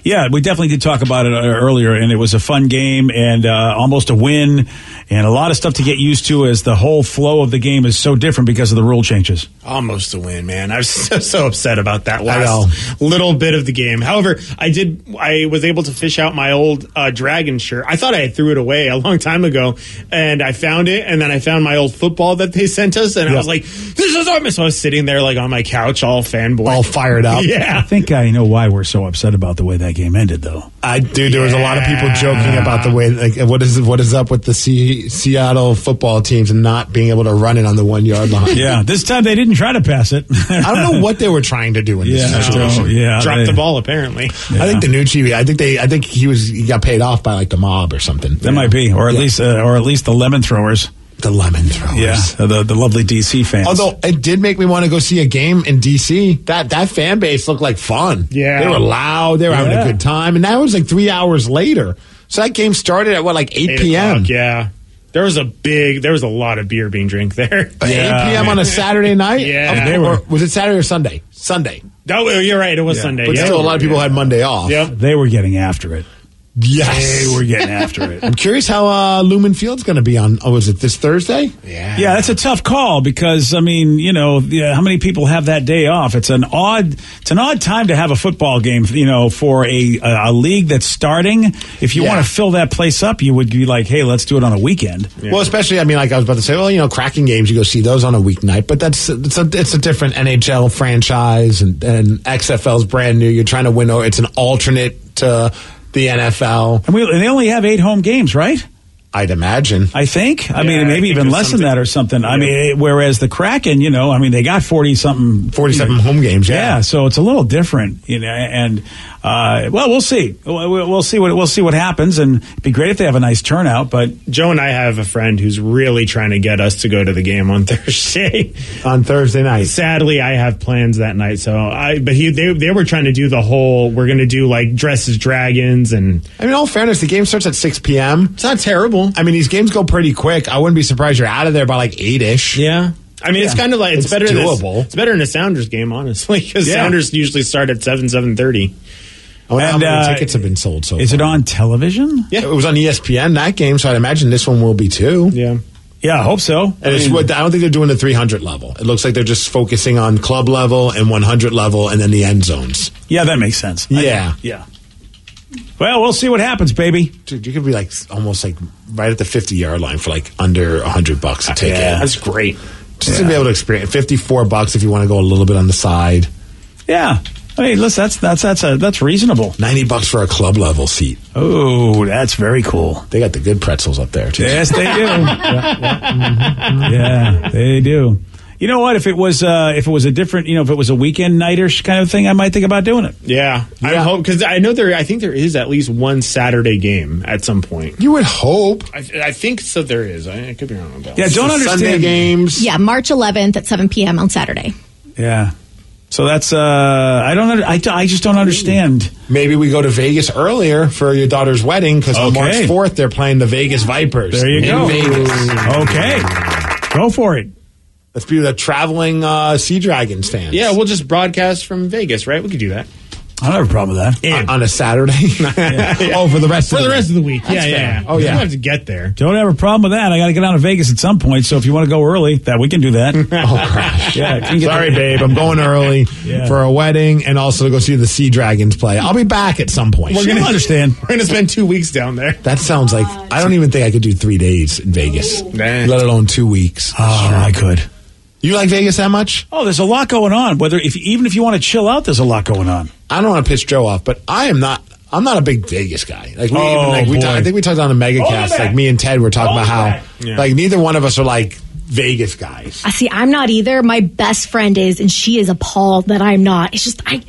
B: Yeah, we definitely did talk about it uh, earlier, and it was a fun game and uh, almost a win, and a lot of stuff to get used to as the whole flow of the game is so different because of the rule changes.
G: Almost a win, man. I was so, so upset about that
B: know.
G: last little bit of the game. However, I did. I was able to fish out my old uh, dragon shirt. I thought I threw it away a long time ago, and I found it. And then I found my old football that they sent us, and I
B: Yeah.
G: was like, "This is awesome!" So I was sitting there, like on my couch, all fanboy,
D: all fired up.
G: yeah.
B: I think I know why we're so upset about the way that game ended, though.
D: I dude, there was a lot of people joking about the way like what is what is up with the Se- Seattle football teams and not being able to run it on the one yard line.
B: yeah, this time they didn't try to pass it.
D: I don't know what they were trying to do in this
B: Yeah, I don't-
D: situation.
B: yeah, Drop they- the
G: ball, apparently.
D: I think the new TV. I think they. I think he was. He got paid off by like the mob or something.
B: That might be, or at
D: Yeah.
B: least, uh, or at least the lemon throwers.
D: The lemon throwers.
B: Yeah, the the lovely DC fans.
D: Although it did make me want to go see a game in DC. That that fan base looked like fun.
G: Yeah.
D: they were loud. They were having
G: Yeah.
D: a good time, and that was like three hours later. So that game started at what like eight, p.m.
G: o'clock, yeah. There was a big, there was a lot of beer being drank there.
D: Eight p.m. on a Saturday night.
G: Uh, Yeah.
D: Of-
G: They
D: or
G: were-
D: was it Saturday or Sunday? Sunday.
G: Oh, you're right. It was Sunday.
D: But
G: yeah.
D: still, a lot of people had Monday off.
G: Yep.
B: They were getting after it.
D: Yes,
B: They were getting after it.
D: I'm curious how uh, Lumen Field's going to be on. Oh, is it this Thursday?
B: Yeah. that's a tough call because I mean, you know, yeah, how many people have that day off? It's an odd, it's an odd time to have a football game. You know, for a a, a league that's starting, if you
D: Yeah.
B: want to fill that place up, you would be like, hey, let's do it on a weekend.
D: Well, especially, I mean, like I was about to say, well, you know, cracking games, you go see those on a weeknight, but that's it's a, it's a different NHL franchise, and, and XFL's brand new. You're trying to win. o- It's an alternate to the NFL.
B: And, we, and they only have eight home games, right?
D: I'd imagine.
B: I think. I
D: Yeah, I
B: mean, maybe
D: think
B: even
D: it's
B: less than that or something. I mean, it- whereas the Kraken, you know, I mean, they got forty something, forty
D: 47 home games, yeah.
B: so it's a little different, you know. And uh, well, we'll see. We'll, we'll we'll see what we'll see what happens, and it'd be great if they have a nice turnout. But
G: Joe and I have a friend who's really trying to get us to go to the game on Thursday.
D: on Thursday night.
G: Sadly, I have plans that night. So I, but he, they, they were trying to do the whole, we're going to do like dress as dragons and
D: I mean, all fairness, the game starts at 6 p.m. It's
G: not terrible.
D: I mean, these games go pretty quick. I wouldn't be surprised you're out of there by like 8 ish.
G: Yeah. I mean, it's kind of like it's, better. Than
D: doable.
G: this, it's better than a Sounders game, honestly, because
D: Yeah.
G: Sounders usually start at seven seven thirty.
D: I wonder Oh, how
G: And,
D: many
G: uh,
D: tickets have been sold so
B: is
D: far.
B: it on television?
D: Yeah. It was on E ESPN, that game, so I'd imagine this one will be too.
G: Yeah.
B: Yeah, I hope so. I
D: And it's
B: mean-
D: what I don't think they're doing the 300 level. It looks like they're just focusing on club level and 100 level, and then the end zones.
B: Yeah, that makes sense. I-
D: Yeah.
B: yeah. Well, we'll see what happens, baby.
D: Dude, you could be like s- almost like right at the 50 yard line for like under 100 bucks a ticket.
B: Yeah.
G: That's great.
D: Just to be able to experience 54 bucks if you want to go a little bit on the side.
B: Yeah. I mean, listen, that's that's that's a, that's reasonable.
D: 90 bucks for a club level seat.
B: Oh, that's very cool.
D: They got the good pretzels up there too.
B: Yes, they do. yeah, yeah, they do. You know what? If it was uh, if it was a different, you know, if it was a weekend nighter sh- kind of thing, I might think about doing it.
G: Yeah, I hope because I know there. I think there is at least one Saturday game at some point.
D: You would hope.
G: I, I think so. There is. I, I could be wrong about.
B: Yeah,
G: that.
B: don't
D: It's a
B: understand
D: Sunday games.
F: Yeah, March 11th at 7 p.m. on Saturday.
B: Yeah. So that's uh, I don't under, I, d- I just don't understand.
D: Maybe we go to Vegas earlier for your daughter's wedding because on
B: Okay.
D: March 4th they're playing the Vegas Vipers.
B: There you
D: in
B: go.
D: Vegas.
B: Okay, go for it.
D: Let's be the traveling uh, Sea Dragons fans.
G: Yeah, we'll just broadcast from Vegas, right? We could do that
B: I don't have a problem with that.
D: on, on a Saturday. Oh, for the rest
G: for
D: of
G: the rest of the week.
D: That's
G: yeah, yeah,
D: fair.
G: yeah.
D: Oh,
G: We
D: yeah.
G: don't have to get there.
B: Don't have a problem with that. I got to get out of Vegas at some point. So if you want to go early, that we can do that.
D: Oh gosh!
B: Yeah, if you can get
D: Sorry,
B: the-
D: babe. I'm going early
B: Yeah.
D: for a wedding and also to go see the Sea Dragons play. I'll be back at some point.
B: We're gonna understand.
G: We're gonna spend two weeks down there.
D: That sounds like Oh. I don't even think I could do three days in Vegas, let alone two weeks.
B: Oh, I could.
D: You like Vegas that much?
B: Oh, there's a lot going on. Whether if even if you want to chill out, there's a lot going on.
D: I don't want to piss Joe off, but I am not. I'm not a big Vegas guy. Like we,
B: Oh,
D: even, like, we
B: boy.
D: talk, I think we talked on the
B: Hold it
D: MegaCast.
B: back.
D: Like me and Ted were talking
B: Hold
D: about
B: it
D: how
B: back. Yeah.
D: like neither one of us are like Vegas guys.
F: I Uh, see. I'm not either. My best friend is, and she is appalled that I'm not. It's just I,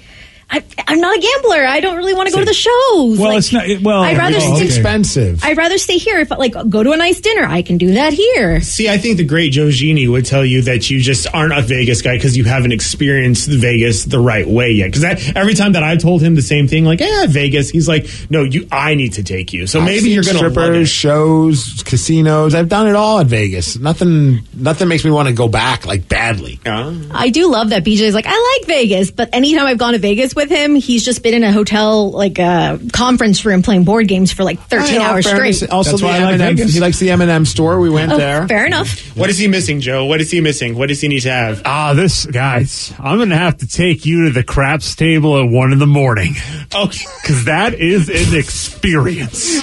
F: I I'm not a gambler. I don't really want to go to the shows.
B: Well,
F: Like,
B: it's not. Well,
F: I'd rather
D: it's
F: stay-
D: expensive.
F: I'd rather stay here if like go to a nice dinner. I can do that here.
G: See, I think the great Joe Gini would tell you that you just aren't a Vegas guy because you haven't experienced Vegas the right way yet. Because every time that I told him the same thing, like, "Yeah, Vegas," he's like, "No, you, I need to take you." So
D: I've
G: maybe
D: seen
G: you're going to
D: strippers, shows, casinos. I've done it all at Vegas. Nothing, nothing makes me want to go back like badly.
F: I do love that BJ's like, I like Vegas, but anytime I've gone to Vegas with him, he's just been in a hotel, like a conference room playing board games for like 13
D: I know,
F: hours
D: fairness-
F: straight.
D: Also, the M&M he likes the M and M store. We went
F: Oh,
D: there.
F: Fair enough.
G: What is he missing, Joe? What is he missing? What does he need to have?
C: Ah, this guys, I'm gonna have to take you to the craps table at one in the morning.
G: Okay,
C: because that is an experience.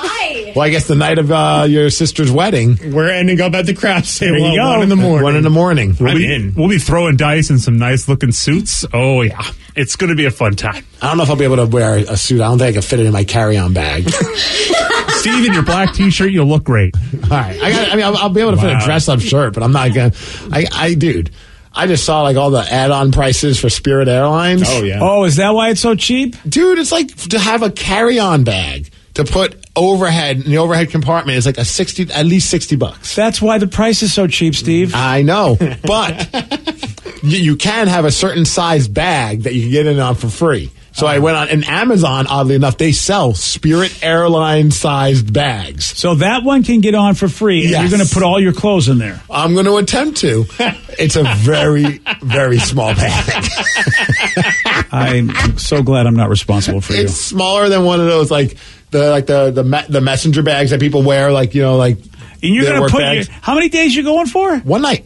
D: Well, I guess the night of uh, your sister's wedding,
G: we're ending up at the craps
C: There
G: table
C: you
G: at
C: go.
G: one in the morning.
D: One in the morning.
C: We'll
G: I'm
C: be,
G: in.
C: We'll be throwing dice in some nice looking suits. Oh yeah, it's gonna be a fun time.
D: I don't know if I'll be able to wear a suit. I don't think I can fit it in my carry-on bag.
C: Steve, in your black t-shirt, you'll look great.
D: All right, I, got, I mean, I'll, I'll be able to fit
C: Wow.
D: a dress-up shirt, but I'm not gonna. I, I, dude, I just saw like all the add-on prices for Spirit Airlines.
G: Oh, yeah.
B: Oh, is that why it's so cheap?
D: dude, it's like to have a carry-on bag to put overhead in the overhead compartment is like a sixty, at least sixty bucks.
B: That's why the price is so cheap, Steve.
D: I know, but you, you can have a certain size bag that you can get in on for free. So I went on, and Amazon, oddly enough, they sell Spirit Airline sized bags.
B: So that one can get on for free, and
D: Yes.
B: you're going to put all your clothes in there.
D: I'm going to attempt to. It's a very, very small bag.
B: I'm so glad I'm not responsible for you.
D: It's smaller than one of those like the like the the, me- the messenger bags that people wear, like you know, like
B: And you're
D: their
B: going
D: work
B: to put your,
D: bags.
B: how many days you going for?
D: one night.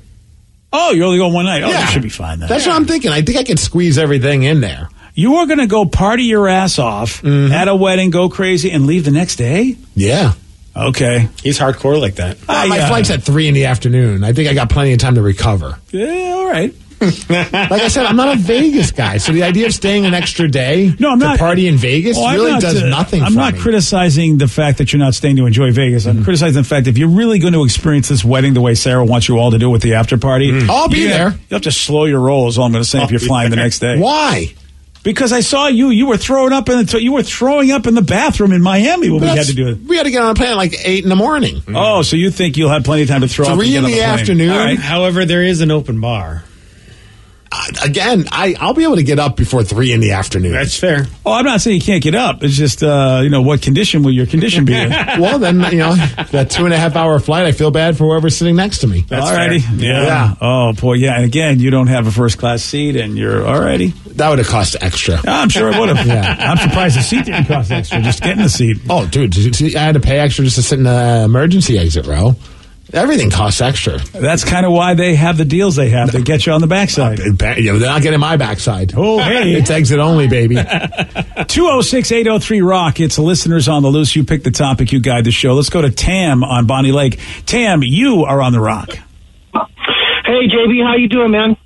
B: Oh, you're only going one night. Oh,
D: Yeah.
B: you should be fine then.
D: That's what I'm thinking. I think I can squeeze everything in there.
B: You are going to go party your ass off at a wedding, go crazy, and leave the next day.
D: Yeah.
B: Okay.
G: He's hardcore like that.
D: Uh, my
B: I, uh,
D: flight's at three in the afternoon. I think I got plenty of time to recover.
B: Yeah. All right.
D: Like I said, I'm not a Vegas guy, so the idea of staying an extra day
B: No, I'm
D: to
B: not.
D: party in Vegas
B: Oh, I'm
D: really
B: not,
D: does
B: uh,
D: nothing.
B: I'm
D: for
B: not
D: me. Mm-hmm.
B: criticizing the fact that you're not staying to enjoy Vegas. I'm criticizing the fact if you're really going to experience this wedding the way Sarah wants you all to do with the after party,
D: Mm-hmm. I'll be
B: you're gonna-
D: there.
B: You have to slow your roll. Is all I'm going to say
G: I'll
B: if you're
G: be
B: flying the
G: there.
B: next day.
D: Why?
B: Because I saw you. You were throwing up in the to- you were throwing up in the bathroom in Miami when
D: But
B: we had
D: that's-
B: to do it.
D: We had to get on a plane at like eight in the morning.
B: Oh, so you think you'll have plenty of time to throw up
D: Three in
B: and get on
D: the
B: plane.
D: afternoon?
B: All right.
G: However, there is an open bar.
D: I- again, I I'll be able to get up before three in the afternoon.
G: That's fair.
B: Oh, I'm not saying you can't get up. It's just uh, you know what condition will your condition be in?
D: well, then you know that two and a half hour flight. I feel bad for whoever's sitting next to me.
G: That's
B: alrighty.
G: fair.
B: Yeah.
D: Yeah.
B: Oh boy. Yeah. And again, you don't have a first class seat, and you're alrighty.
D: That would have cost extra.
B: I'm sure it would have.
D: Yeah.
B: I'm surprised the seat didn't cost extra. Just getting the seat.
D: Oh, dude, did you see- I had to pay extra just to sit in the uh, emergency exit row. Everything costs extra.
B: That's kind of why they have the deals they have. They get you on the backside.
D: It Uh, ba- you know, They're not getting my backside.
B: Oh, hey.
D: It's exit only, baby.
B: 206 803 Rock. It's listeners on the loose. You pick the topic, you guide the show. Let's go to Tam on Bonnie Lake. Tam, you are on the rock.
K: Hey JB, how you doing, man?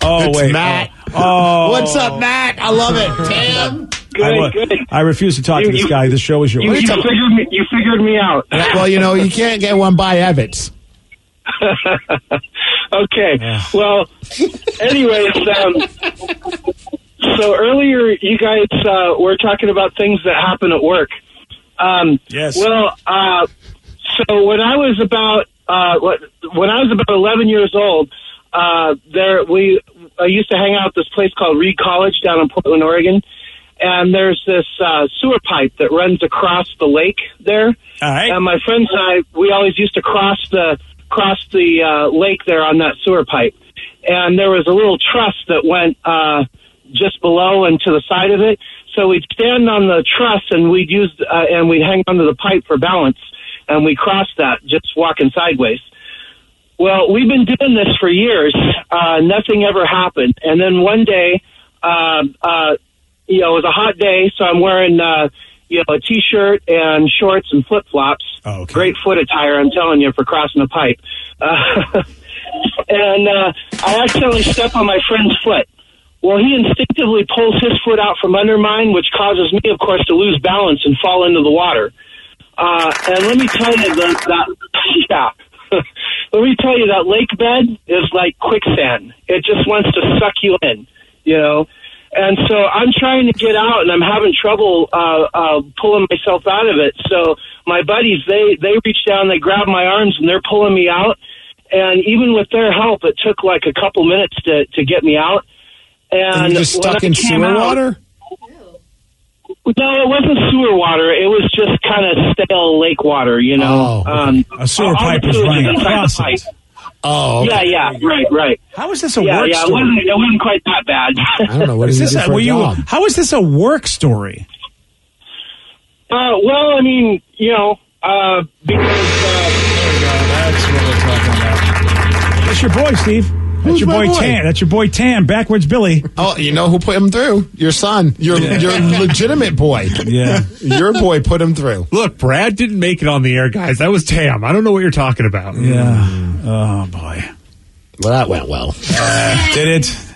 B: Oh,
D: It's
B: wait.
D: Matt.
B: Oh.
D: What's up, Matt? I love it. Tam.
K: Good,
B: I, wa-
K: good.
B: I refuse to talk to
K: You-
B: this
K: you-
B: guy. This show is
K: You,
B: yours.
K: you figured me, you figured me out.
D: well, you know, you can't get one by Evans.
K: okay. Well, anyways, um, so earlier you guys uh, were talking about things that happen at work. Um,
B: Yes.
K: Well, uh, so when I was about uh, what- when I was about eleven years old, uh, there we I used to hang out at this place called Reed College down in Portland, Oregon, and there's this uh, sewer pipe that runs across the lake there.
B: All right.
K: And my friends and I, we always used to cross the cross the uh, lake there on that sewer pipe, and there was a little truss that went uh, just below and to the side of it. So we'd stand on the truss and we'd use uh, and we'd hang onto the pipe for balance, and we crossed that just walking sideways. Well, we've been doing this for years. Uh, nothing ever happened. And then one day, uh, uh, you know, it was a hot day, so I'm wearing, uh, you know, a t-shirt and shorts and flip flops.
B: Oh, okay.
K: Great foot attire, I'm telling you, for crossing a pipe. Uh, and uh, I accidentally step on my friend's foot. Well, he instinctively pulls his foot out from under mine, which causes me, of course, to lose balance and fall into the water. Uh, and let me tell you that, that yeah, let me tell you that lake bed is like quicksand. It just wants to suck you in, you know. And so I'm trying to get out, and I'm having trouble uh, uh, pulling myself out of it. So my buddies, they they reach down, they grab my arms, and they're pulling me out. And even with their help, it took like a couple minutes to to get me out. And,
D: And you just
K: when
D: stuck
K: I
D: in
K: came
D: sewer
K: out-
D: water?
K: No, it wasn't sewer water. It was just kind of stale lake water, you know. um,
B: a sewer
K: all the
B: pipe was
K: sewage
B: running
K: inside the
B: across it.
K: pipe.
D: Oh, okay.
K: yeah, yeah, right, right.
L: How is this a
K: yeah,
L: work
K: yeah,
L: story?
K: It wasn't, it wasn't quite that bad.
D: I don't know what
L: is
D: he
L: this.
D: did
L: a-
D: for a
L: were you-
D: job.
L: how is this a work story?
K: Uh, well, I mean, you know, uh, because
B: that's what we're talking about. That's your boy, Steve. That's
D: Who's
B: your
D: my
B: boy,
D: boy?
B: Tan. That's your boy Tan. Backwards Billy.
D: Oh, you know who put him through? Your son. Your your legitimate boy.
B: Yeah.
D: Your boy put him through.
L: Look, Brad didn't make it on the air, guys. That was Tam. I don't know what you're talking about.
B: Yeah. Oh boy.
D: Well, that went well.
L: Uh,
B: did it?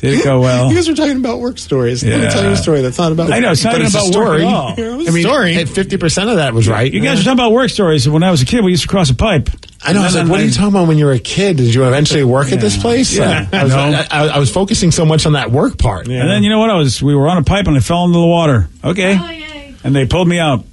B: Did it go well?
D: You guys are talking about work stories. Let me
B: Yeah.
D: tell you a story that's not about.
B: I know, it's not
D: but
B: even
D: a
B: about work
D: story.
B: at all.
D: It was
B: I
D: a
B: mean,
D: story. Fifty percent of that was right.
B: You guys are talking about work stories. When I was a kid, we used to cross a pipe.
D: I know. I was like, "What are you talking about?" When you were a kid, did you eventually work at this place?
B: Yeah.
D: I, was,
B: No.
D: I, I was focusing so much on that work part.
B: And then you know what? I was. We were on a pipe and I fell into the water. Okay. And they pulled me out.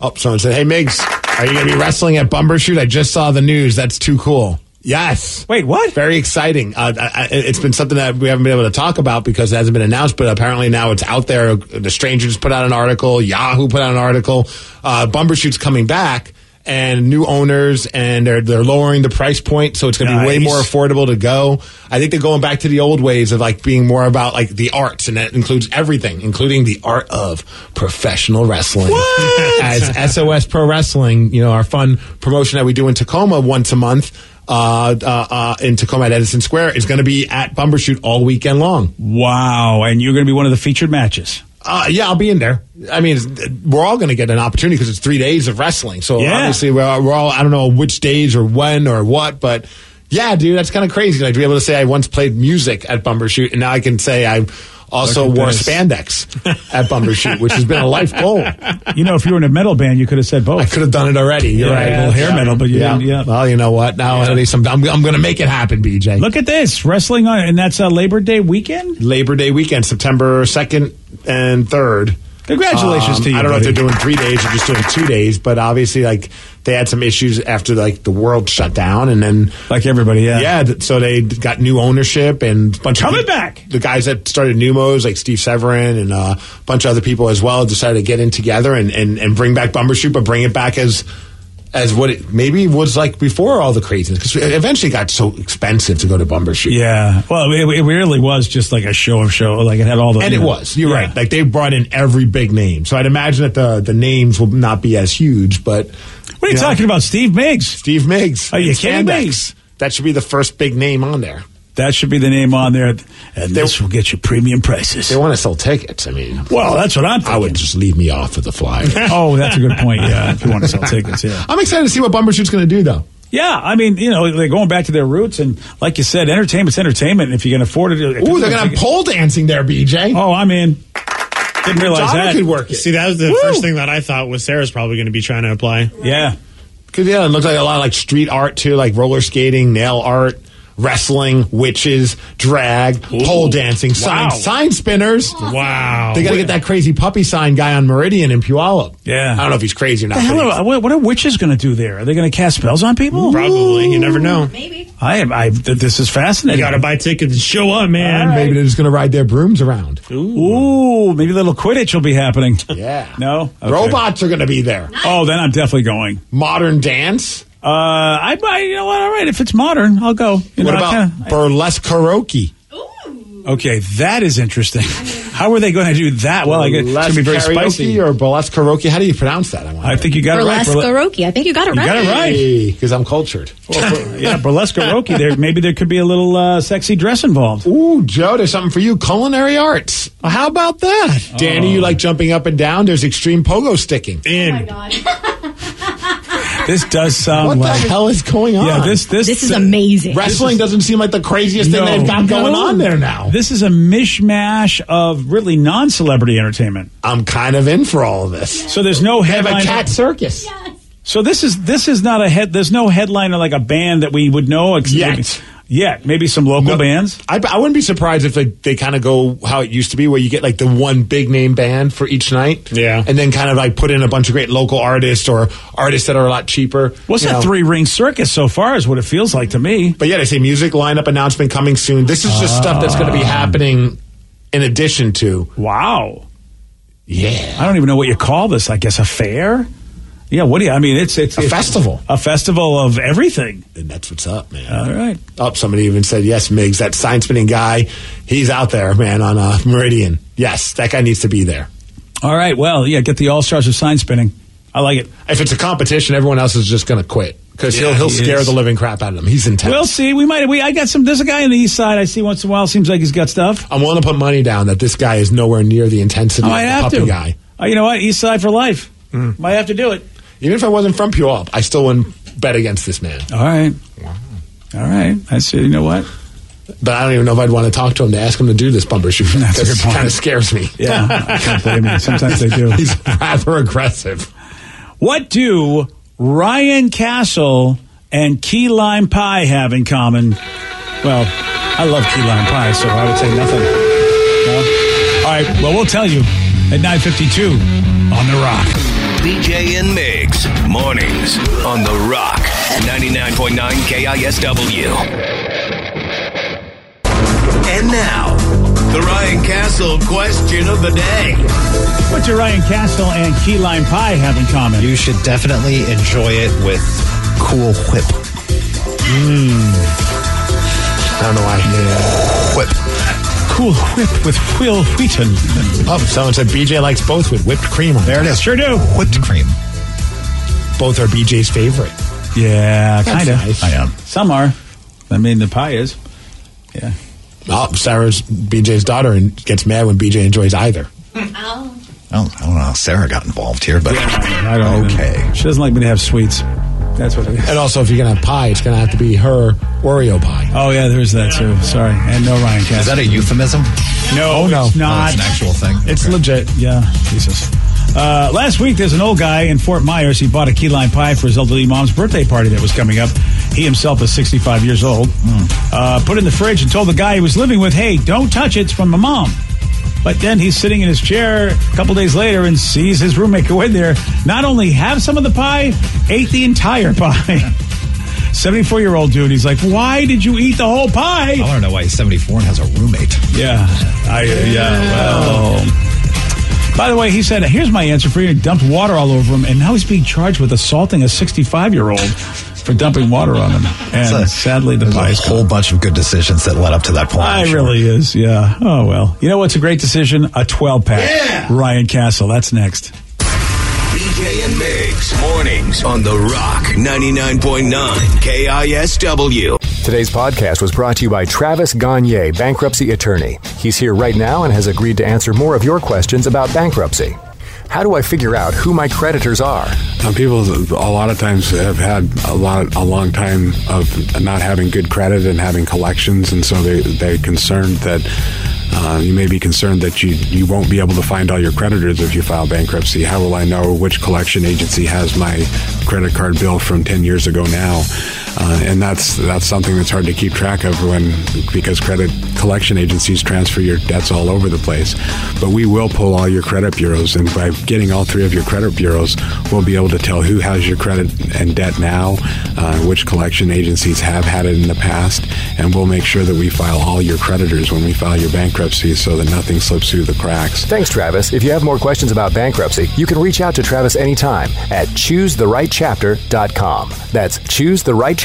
D: Oh, someone said, "Hey, Migs, are you going to be wrestling at Bumbershoot? I just saw the news. That's too cool." Yes.
B: Wait, what?
D: Very exciting. Uh, I, I- it's been something that we haven't been able to talk about because it hasn't been announced, but apparently now it's out there. The Strangers put out an article. Yahoo put out an article. Uh, Bumbershoot's coming back. And new owners, and they're they're lowering the price point, so it's going to be way
B: Nice.
D: more affordable to go. I think they're going back to the old ways of like being more about like the arts, and that includes everything, including the art of professional wrestling as SOS Pro Wrestling, you know, our fun promotion that we do in Tacoma once a month uh, uh, uh, in Tacoma at Edison Square is going to be at Bumbershoot all weekend long.
B: Wow. And you're going to be one of the featured matches.
D: Uh, yeah, I'll be in there. I mean, it's- we're all going to get an opportunity because it's three days of wrestling. So
B: Yeah.
D: obviously, we're, all- we're all, I don't know which days or when or what, but yeah, dude, that's kind of crazy. Like, to be able to say I once played music at Bumbershoot and now I can say I also
B: Look at
D: wore
B: this.
D: spandex at Bumbershoot, which has been a life goal.
B: You know, if you were in a metal band, you could have said both. I
D: could have done it already. You're right.
B: Well, hair
D: Yeah.
B: metal, but you
D: yeah.
B: didn't. Yeah.
D: Well, you know what? Now at least I'm, I'm, I'm going to make it happen, BJ.
B: Look at this wrestling on, and that's uh, Labor Day weekend.
D: Labor Day weekend, September 2nd and 3rd.
B: Congratulations to you,
D: I don't know if
B: buddy.
D: they're doing three days or just doing two days, but obviously, like they had some issues after like the world shut down, and then
B: like everybody, yeah,
D: yeah. th- So they d- got new ownership and a bunch
B: Coming
D: of the-
B: back.
D: The guys that started Numos, like Steve Severin and uh, a bunch of other people as well, decided to get in together and and, and bring back Bumbershoot, but bring it back as as what it maybe was like before all the craziness because it eventually got so expensive to go to Bumbershoot.
B: Yeah. Well, it, it really was just like a show of show. Like it had all the.
D: And it
B: you know.
D: was. You're right. Like they brought in every big name. So I'd imagine that the the names will not be as huge, but
B: What are you talking about, Steve Miggs?
D: Steve Miggs.
B: Are you
D: and
B: kidding me?
D: Spandex. That should be the first big name on there.
B: That should be the name on there, and this will get you premium prices.
D: They want to sell tickets. I mean,
B: Well, that's what I'm
D: I would just leave me off of the flyer.
B: oh, that's a good point. Yeah, if you want to sell tickets, yeah.
D: I'm excited to see what Bumbershoot's going to do, though.
B: Yeah, I mean, you know, they're going back to their roots, and like you said, entertainment's entertainment. and If you can afford it, if
D: Ooh,
B: you
D: they're going to
B: can take
D: have
B: it-
D: pole dancing there, BJ.
B: Oh, I'm in. Didn't realize
D: Donna
B: that.
D: could work it.
G: See, that was the
D: Woo!
G: first thing that I thought was Sarah's probably going to be trying to apply.
B: Yeah.
D: Because yeah, it looks like a lot of like street art too, like roller skating, nail art, wrestling, witches, drag, pole dancing, sign
B: Wow.
D: sign spinners.
G: Wow,
D: They got to get that crazy puppy sign guy on Meridian in Puyallup.
B: Yeah.
D: I don't know if he's crazy or
B: The
D: not.
B: hell
D: but
B: are, what what are witches going to do there? Are they going to cast spells on people?
G: Probably. You never know.
B: I, I, th- this is
G: You
B: fascinating.
G: got to buy tickets and show up, man.
D: Maybe they're just going to ride their brooms around.
B: Ooh, maybe a little Quidditch will be happening.
D: Yeah.
B: No? Okay.
D: Robots are going to be there.
B: Oh, then I'm definitely going.
D: Modern dance.
B: Uh, I, I, you know what? All right, if it's modern, I'll go. You
D: what
B: know, I
D: about
B: kinda-
D: burlesque karaoke?
B: Okay, that is interesting. How are they going to do that? Well, I guess Oh, it's going to be very
D: Burlesque karaoke
B: spicy.
D: or burlesque karaoke? How do you pronounce that? I want.
B: I think you got
F: Burlesque
B: it right. Burle-
F: Oroki. I think you got it
B: You
F: right.
B: got it right.
D: Because I'm cultured.
B: yeah, burlesque karaoke. There, maybe there could be a little uh, sexy dress involved.
D: Ooh, Joe, there's something for you. Culinary arts. How about that?
B: Oh.
D: Danny, you like jumping up and down? There's extreme pogo sticking.
G: In.
B: This does sound
D: What
B: like
D: the hell is going on?
B: Yeah, this this
F: This is amazing.
D: Wrestling doesn't seem like the craziest thing
B: No.
D: they've got going on there now.
B: This is a mishmash of really non-celebrity entertainment.
D: I'm kind of in for all of this.
B: So there's no
D: They have
B: headline.
D: a cat circus.
B: So this is this is not a head. There's no headliner like a band that we would know ex- yet. Yet, maybe some local bands.
D: I, I wouldn't be surprised if they, they kind of go how it used to be, where you get like the one big name band for each night. Yeah. And then kind of like put in a bunch of great local artists or artists that are a lot cheaper.
B: What's
D: you
B: that
D: know.
B: three ring circus so far? Is what it feels like to me.
D: But yeah, they say music lineup announcement coming soon. This is just stuff that's going to be happening in addition to.
B: Ah. Wow.
D: Yeah.
B: I don't even know what you call this. I guess a fair. Yeah. What do you? I mean, it's it's
D: A
B: it's
D: festival.
B: A festival of everything.
D: And that's what's up, man.
B: All right.
D: Up, somebody even said, yes, Miggs, that sign spinning guy, he's out there, man, on uh, Meridian. Yes, that guy needs to be there.
B: All right. Well, yeah. Get the all stars of sign spinning. I like it.
D: If it's a competition, everyone else is just going to quit because
B: Yeah,
D: he'll, he'll
B: he
D: scare
B: is.
D: the living crap out of them. He's intense.
B: We'll see. We might. We. I got some. There's a guy on the east side. I see once in a while. Seems like he's got stuff.
D: I'm willing to put money down that this guy is nowhere near the intensity
B: I might
D: of the
B: have
D: puppy
B: to.
D: guy. Mm.
B: Oh, you know what? East side for life. Might have to do it.
D: Even if I wasn't from Puyallup, I still wouldn't bet against this man.
B: All right. All right. I see. You know what?
D: But I don't even know if I'd want to talk to him to ask him to do this bumper shoot.
B: That's a good
D: Because it
B: point.
D: kind of scares me.
B: Yeah. I can't blame you. Sometimes they do.
D: He's rather aggressive.
B: What do Ryan Castle and key lime pie have in common? Well, I love key lime pie, so I would say nothing. No? All right. Well, we'll tell you at 9:52 on the Rock.
I: BJ and Migs, mornings on The Rock, 99.9 KISW. And now, the Ryan Castle question of the day.
B: What do Ryan Castle and key lime pie have in common?
M: You should definitely enjoy it with Cool Whip.
B: Hmm.
D: I don't know why.
B: Cool whip with Will Wheaton.
D: Oh, someone said BJ likes both with whipped cream. On
M: There it is.
B: Sure do.
M: Whipped cream.
D: Both are BJ's favorite.
B: Yeah,
D: That's
B: kind of.
D: nice.
B: I am. Some are. I mean, the pie is. Yeah.
D: Oh, Sarah's BJ's daughter and gets mad when BJ enjoys either.
M: Oh, I don't know how Sarah got involved here, but
B: I don't
M: okay.
B: She doesn't like me to have sweets. That's what it is.
D: And also, if you're gonna have pie, it's gonna have to be her Oreo pie.
B: Oh yeah, there's that too. Sorry, and no Ryan Castle.
M: Is that a euphemism?
B: no,
D: Oh, no.
B: it's
M: Oh,
B: not.
M: it's an actual thing.
B: It's
M: Okay.
B: legit. Yeah, Jesus. Uh, last week, there's an old guy in Fort Myers. He bought a key lime pie for his elderly mom's birthday party that was coming up. He himself is 65 years old.
M: Hmm.
B: Uh, put in the fridge and told the guy he was living with, "Hey, don't touch it. It's from my mom." But then he's sitting in his chair a couple days later and sees his roommate go in there. Not only have some of the pie, ate the entire pie. 74 year old dude. He's like, "Why did you eat the whole pie?"
M: I want to know why he's 74 and has a roommate.
B: Yeah. I, yeah. Well. By the way, he said, "Here's my answer for you." and Dumped water all over him, and now he's being charged with assaulting a 65-year-old for dumping water on him. And
M: It's a-
B: sadly, the
M: there's
B: pie
M: a
B: is
M: whole bunch of good decisions that led up to that
D: Oh,
M: point. I'm
B: I
M: sure.
B: really is, yeah. Oh well. You know what's a great decision? A 12 pack. Ryan Castle. That's next.
I: BJ and Migs, mornings on The Rock, 99.9 KISW.
N: Today's podcast was brought to you by Travis Gagne, bankruptcy attorney. He's here right now and has agreed to answer more of your questions about bankruptcy. How do I figure out who my creditors are?
O: Now, people a lot of times have had a lot a long time of not having good credit and having collections, and so they they're concerned that uh, you may be concerned that you you won't be able to find all your creditors if you file bankruptcy. How will I know which collection agency has my credit card bill from ten years ago now? Uh, and that's that's something that's hard to keep track of when because credit collection agencies transfer your debts all over the place. But we will pull all your credit bureaus, and by getting all three of your credit bureaus, we'll be able to tell who has your credit and debt now, uh, which collection agencies have had it in the past, and we'll make sure that we file all your creditors when we file your bankruptcy so that nothing slips through the cracks.
N: Thanks, Travis. If you have more questions about bankruptcy, you can reach out to Travis anytime at choosetherightchapter.com. That's choosetherightchapter.com.